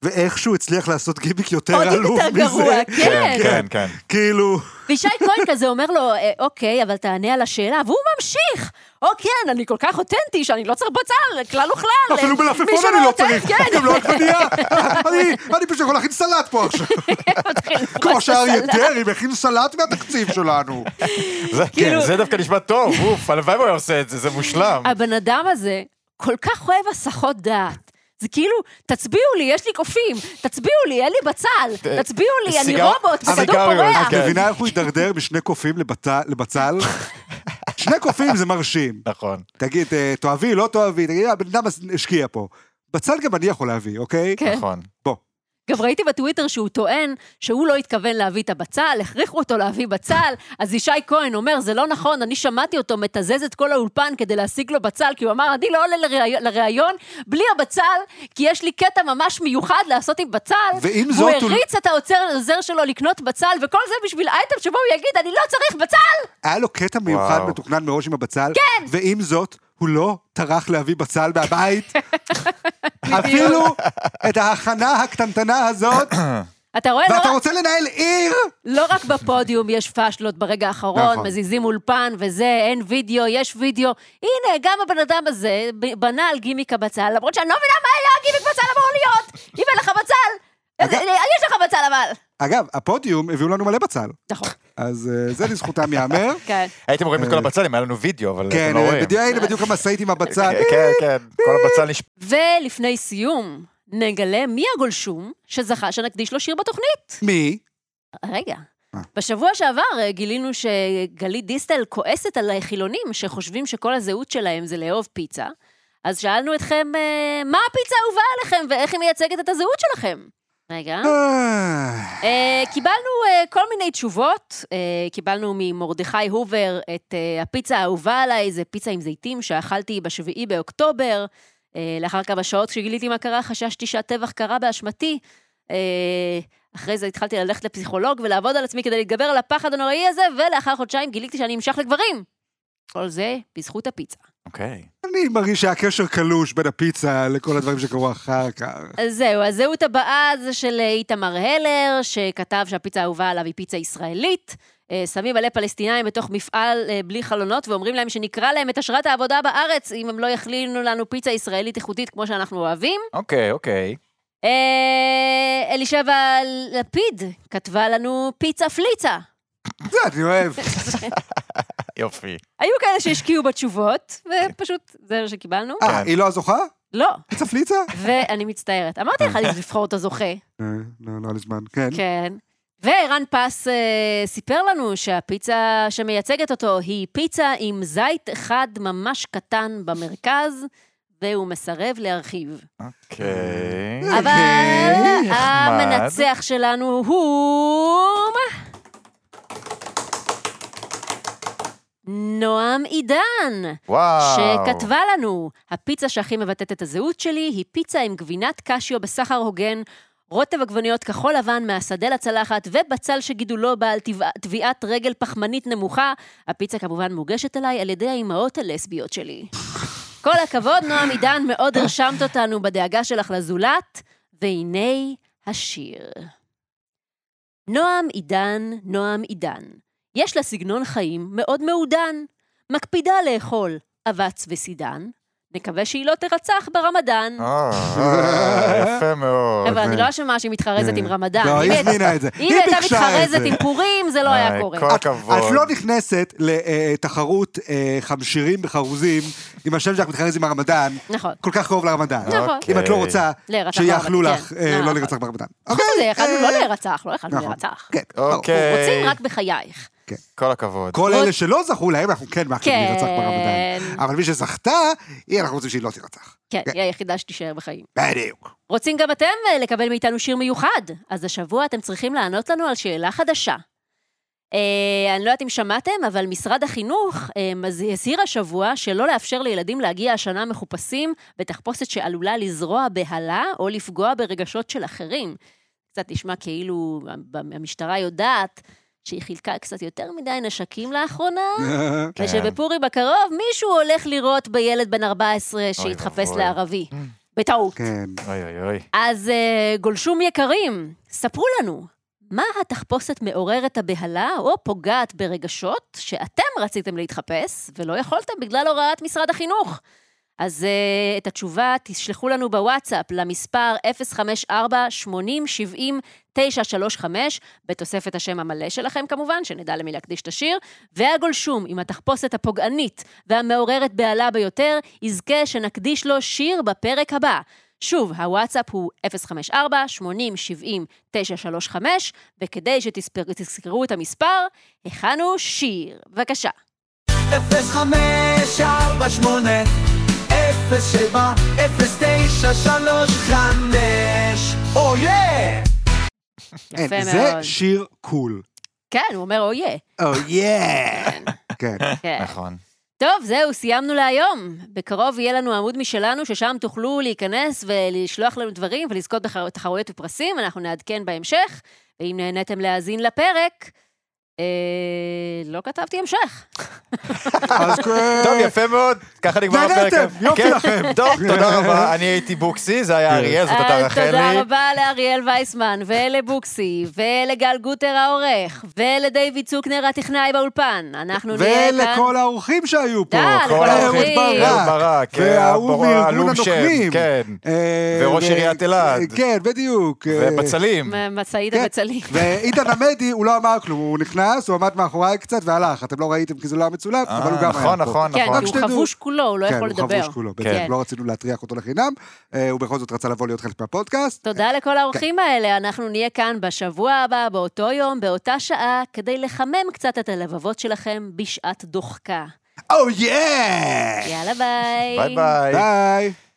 S1: ואיכשהו הצליח לעשות גימיק יותר
S3: עוד
S1: עלוב
S3: יותר
S1: מזה?
S3: גרוע,
S4: כן,
S3: כן.
S4: כן, כן.
S1: כאילו,
S3: וישי כהן כזה אומר לו, "אה, אוקיי, אבל תענה על השאלה, והוא ממשיך. או כן, אני כל כך אותנטי שאני לא צריך בצל, כלל וכלל.
S1: אפילו
S3: מי
S1: מלפפון
S3: שלא
S1: אני לא
S3: רוצה,
S1: צריך,
S3: כן.
S1: גם לא עגבנייה. אני- אני פשוט יכול להכין סלט פה עכשיו.
S3: מתחיל לפרוס
S1: כמו
S3: את
S1: שאריה
S3: הסלט.
S1: דרעי מכין סלט מהתקציב שלנו.
S4: זה- כן,
S3: כאילו-
S4: זה דווקא נשמע טוב, אוף, הלוואי והוא היה עושה את זה, זה מושלם.
S3: הבן אדם הזה כל כך אוהב הסחות דעת. זה כאילו, תצביעו לי, יש לי קופים, תצביעו לי, אין לי בצל,
S4: אה,
S3: תצביעו לי, אני
S4: סיגר-
S3: רובוט, בכדור
S4: סיגריות,
S3: פורח.
S1: את
S4: כן.
S1: מבינה איך הוא הידרדר משני קופים לבצל- לבצל? שני קופים זה מרשים.
S4: נכון.
S1: תגיד, אה, תאהבי, לא תאהבי, תגיד, הבן אדם השקיע פה. בצל גם אני יכול להביא, אוקיי?
S3: כן.
S4: נכון.
S1: בוא.
S3: גם ראיתי בטוויטר שהוא טוען שהוא לא התכוון להביא את הבצל, הכריחו אותו להביא בצל, אז ישי כהן אומר, זה לא נכון, אני שמעתי אותו מתזז את כל האולפן כדי להשיג לו בצל, כי הוא אמר, אני לא עולה לראי- לראיון בלי הבצל, כי יש לי קטע ממש מיוחד לעשות עם בצל.
S1: ועם
S3: הוא
S1: זאת הוא-
S3: הריץ את העוצר- העוזר שלו לקנות בצל, וכל זה בשביל אייטם שבו הוא יגיד, אני לא צריך בצל!
S1: היה לו קטע מיוחד
S4: וואו.
S1: מתוכנן מראש עם הבצל. כן! ועם זאת, הוא לא טרח להביא בצל מהבית. אפילו את ההכנה הקטנטנה הזאת,
S3: אתה רואה, לא
S1: ואתה
S3: רק-
S1: רוצה לנהל עיר?
S3: לא רק בפודיום יש פאשלות ברגע האחרון,
S1: נכון.
S3: מזיזים אולפן וזה, אין וידאו, יש וידאו. הנה, גם הבן אדם הזה ב- בנה על גימיק הבצל, למרות שאני לא מבינה מה היה הגימיק בצל אמור להיות. אם אין לך בצל, אז-
S1: אגב-
S3: יש לך בצל אבל.
S1: אגב, הפודיום הביאו לנו מלא בצל.
S3: נכון,
S1: אז אה, זה לזכותם ייאמר.
S3: כן.
S4: הייתם רואים את כל הבצל אם היה לנו וידאו, אבל
S1: אה, כן,
S4: אתם לא
S1: אה,
S4: רואים.
S1: בדיוק, הנה בדיוק המשאית עם הבצל.
S4: כן, כן, כל
S1: אה.
S4: הבצל נשפט.
S3: ולפני סיום, נגלה מי הגולשום שזכה שנקדיש לו שיר
S4: כן.
S3: בתוכנית.
S1: מי?
S3: רגע. בשבוע שעבר אה, גילינו שגלית דיסטל כועסת על החילונים שחושבים שכל הזהות שלהם זה לאהוב פיצה. אז שאלנו אתכם, אה, מה הפיצה האהובה עליכם ואיך היא מייצגת את הזהות שלכם? רגע.
S1: אה,
S3: אה, קיבלנו אה, כל מיני תשובות. אה, קיבלנו ממרדכי הובר את אה, הפיצה האהובה עליי, זה פיצה עם זיתים שאכלתי בשביעי באוקטובר. אה, לאחר כמה שעות כשגיליתי מה קרה, חששתי שהטבח קרה באשמתי. אה, אחרי זה התחלתי ללכת לפסיכולוג ולעבוד על עצמי כדי להתגבר על הפחד הנוראי הזה, ולאחר חודשיים גיליתי שאני נמשך לגברים. כל זה בזכות הפיצה.
S4: אוקיי.
S1: אני מרגיש שהיה קשר קלוש בין הפיצה לכל הדברים שקרו אחר כך.
S3: אז זהו, הזהות הבאה זה של אה, איתמר הלר, שכתב שהפיצה האהובה עליו היא פיצה ישראלית. אה, שמים מלא פלסטינאים בתוך מפעל אה, בלי חלונות ואומרים להם שנקרא להם את אשרת העבודה בארץ אם הם לא יכלינו לנו פיצה ישראלית איכותית כמו שאנחנו אוהבים.
S4: אוקיי, אוקיי.
S3: אה, אלישבע לפיד כתבה לנו פיצה פליצה.
S1: זה אני אוהב.
S4: יופי.
S3: היו כאלה שהשקיעו בתשובות, ופשוט זה מה שקיבלנו.
S1: אה, היא לא הזוכה?
S3: לא,
S1: פיצה פליצה?
S3: ואני מצטערת. אמרתי לך לבחור את הזוכה,
S1: אה, לא, לא לזמן, לא, כן.
S3: כן. וערן פס אה, סיפר לנו שהפיצה שמייצגת אותו היא פיצה עם זית אחד ממש קטן במרכז, והוא מסרב להרחיב.
S4: אוקיי.
S1: אה.
S3: אבל
S4: נחמד.
S3: המנצח שלנו הוא... נועם עידן,
S4: וואו.
S3: שכתבה לנו, הפיצה שהכי מבטאת את הזהות שלי היא פיצה עם גבינת קשיו בסחר הוגן, רוטב עגבניות כחול לבן מהשדה לצלחת ובצל שגידולו בעל טבע- טביעת רגל פחמנית נמוכה. הפיצה כמובן מוגשת אליי על ידי האימהות הלסביות שלי. כל הכבוד, נועם עידן, מאוד הרשמת אותנו בדאגה שלך לזולת, והנה השיר. נועם עידן, נועם עידן. יש לה סגנון חיים מאוד מעודן. מקפידה לאכול אבץ וסידן. נקווה שהיא לא תרצח ברמדאן.
S4: אה, אה, יפה מאוד.
S3: אבל אני לא אשמה שהיא מתחרזת עם רמדאן.
S1: לא,
S3: אם
S1: היא הזמינה את זה.
S3: אם היא הייתה
S1: ביקשה את
S3: מתחרזת
S1: זה. אה,
S3: עם פורים, זה לא היה
S4: היי,
S3: קורה.
S4: אה, כל הכבוד.
S1: את לא נכנסת לתחרות אה, חמשירים בחרוזים, אם השם שלך מתחרז עם הרמדאן,
S3: נכון.
S1: כל כך קרוב לרמדאן.
S3: נכון.
S4: אוקיי.
S1: אם את לא רוצה
S3: להירצח
S1: שיאכלו
S3: ברמדאן,
S1: לך
S3: כן.
S1: אה,
S3: אה,
S1: לא
S3: נכון.
S1: להירצח ברמדאן.
S3: חוץ מזה, יכלנו
S1: אה,
S3: לא להירצח, לא יכלנו
S1: נכון.
S3: להירצח.
S1: כן, ברור.
S4: אוקיי.
S3: רוצים רק בחייך.
S4: כל הכבוד.
S1: כל אלה שלא זכו להם, אנחנו כן מאחלים
S3: כן.
S1: להירצח ברמדאן. אה, אבל מי שזכתה, היא, אנחנו רוצים שהיא לא תירצח.
S3: כן,
S1: כן.
S3: היא היחידה שתישאר בחיים.
S1: בדיוק.
S3: רוצים גם אתם אה, לקבל מאיתנו שיר מיוחד, אז השבוע אתם צריכים לענות לנו על שאלה חדשה. אה, אני לא יודעת אם שמעתם, אבל משרד החינוך אה, מז- הזהיר השבוע שלא לאפשר לילדים להגיע השנה מחופשים בתחפושת שעלולה לזרוע בהלה או לפגוע ברגשות של אחרים. קצת נשמע כאילו המ- המשטרה יודעת שהיא חילקה קצת יותר מדי נשקים לאחרונה,
S4: כן.
S3: ושבפורים הקרוב מישהו הולך לירות בילד בן 14 שהתחפש
S4: ואבוי.
S3: לערבי. בטעות.
S1: כן.
S4: אוי אוי אוי.
S3: אז אה, גולשום יקרים, ספרו לנו, מה התחפושת מעוררת הבהלה או פוגעת ברגשות שאתם רציתם להתחפש ולא יכולתם בגלל הוראת משרד החינוך? אז אה, את התשובה תשלחו לנו בוואטסאפ למספר 054-8070-935, בתוספת השם המלא שלכם כמובן, שנדע למי להקדיש את השיר, והגולשום עם התחפושת הפוגענית והמעוררת בהלה ביותר, יזכה שנקדיש לו שיר בפרק הבא. שוב, הוואטסאפ הוא 054-8070-935, וכדי שתזכרו את המספר, הכנו שיר. בבקשה.
S2: אפס חמש ארבע שמונה אפס שבע אפס תשע שלוש חמש אה! אויה!
S3: יפה
S1: אין,
S3: מאוד.
S1: כן, זה שיר קול.
S3: כן, הוא אומר, אויה.
S1: או יא! כן.
S3: כן.
S4: נכון.
S3: טוב, זהו, סיימנו להיום. בקרוב יהיה לנו עמוד משלנו, ששם תוכלו להיכנס ולשלוח לנו דברים ולזכות בתחרויות ופרסים, אנחנו נעדכן בהמשך. ואם נהניתם להאזין לפרק, אה, לא כתבתי המשך.
S1: אז כן.
S4: טוב, יפה מאוד, ככה נגמר
S1: נהניתם,
S4: הפרק.
S1: יופי
S4: כן,
S1: לכם.
S4: טוב, תודה רבה, אני הייתי בוקסי, זה היה אריאל, זאת הייתה
S3: אז אה, תודה
S4: רחלי.
S3: רבה לאריאל וייסמן, ולבוקסי, ולגל גוטר העורך, ולדיוויד צוקנר הטכנאי באולפן. אנחנו נהיה כאן...
S1: ולכל האורחים שהיו פה.
S3: די,
S4: כל האורחים.
S1: אהוד
S4: אהוד
S1: ברק.
S4: ברק,
S1: וההוא
S4: הבחור
S1: מארגון
S4: העלום שם,
S1: הנוקמים.
S4: כן.
S1: אה,
S4: וראש
S1: ו-
S4: עיריית אלעד.
S1: כן, בדיוק. אה,
S4: ובצלים.
S3: מ- משאית
S1: כן.
S3: הבצלים.
S1: ואיתן עמדי, הוא לא אמר כלום, הוא נכנס, הוא עמד מאחוריי קצת והלך. אתם לא ראיתם כי זה לא היה מצולם,
S4: אה,
S1: אבל הוא גם היה פה.
S4: נכון, נכון,
S3: כן,
S4: נכון.
S3: כי הוא
S1: שתדעו.
S3: חבוש כולו, הוא לא
S1: כן,
S3: יכול
S1: הוא
S3: לדבר.
S1: חבוש כולו,
S4: כן.
S1: בדיוק, לא רצינו להטריח אותו לחינם, אה, הוא בכל זאת רצה לבוא להיות חלק מהפודקאסט.
S3: תודה לכל
S1: כן.
S3: האורחים האלה, אנחנו נהיה כאן בשבוע הבא, באותו יום, באותה שעה, כדי לחמם קצת את הלבבות שלכם בשעת דוחקה.
S1: או יא!
S3: יאללה ביי.
S4: ביי ביי.
S1: אה. ביי!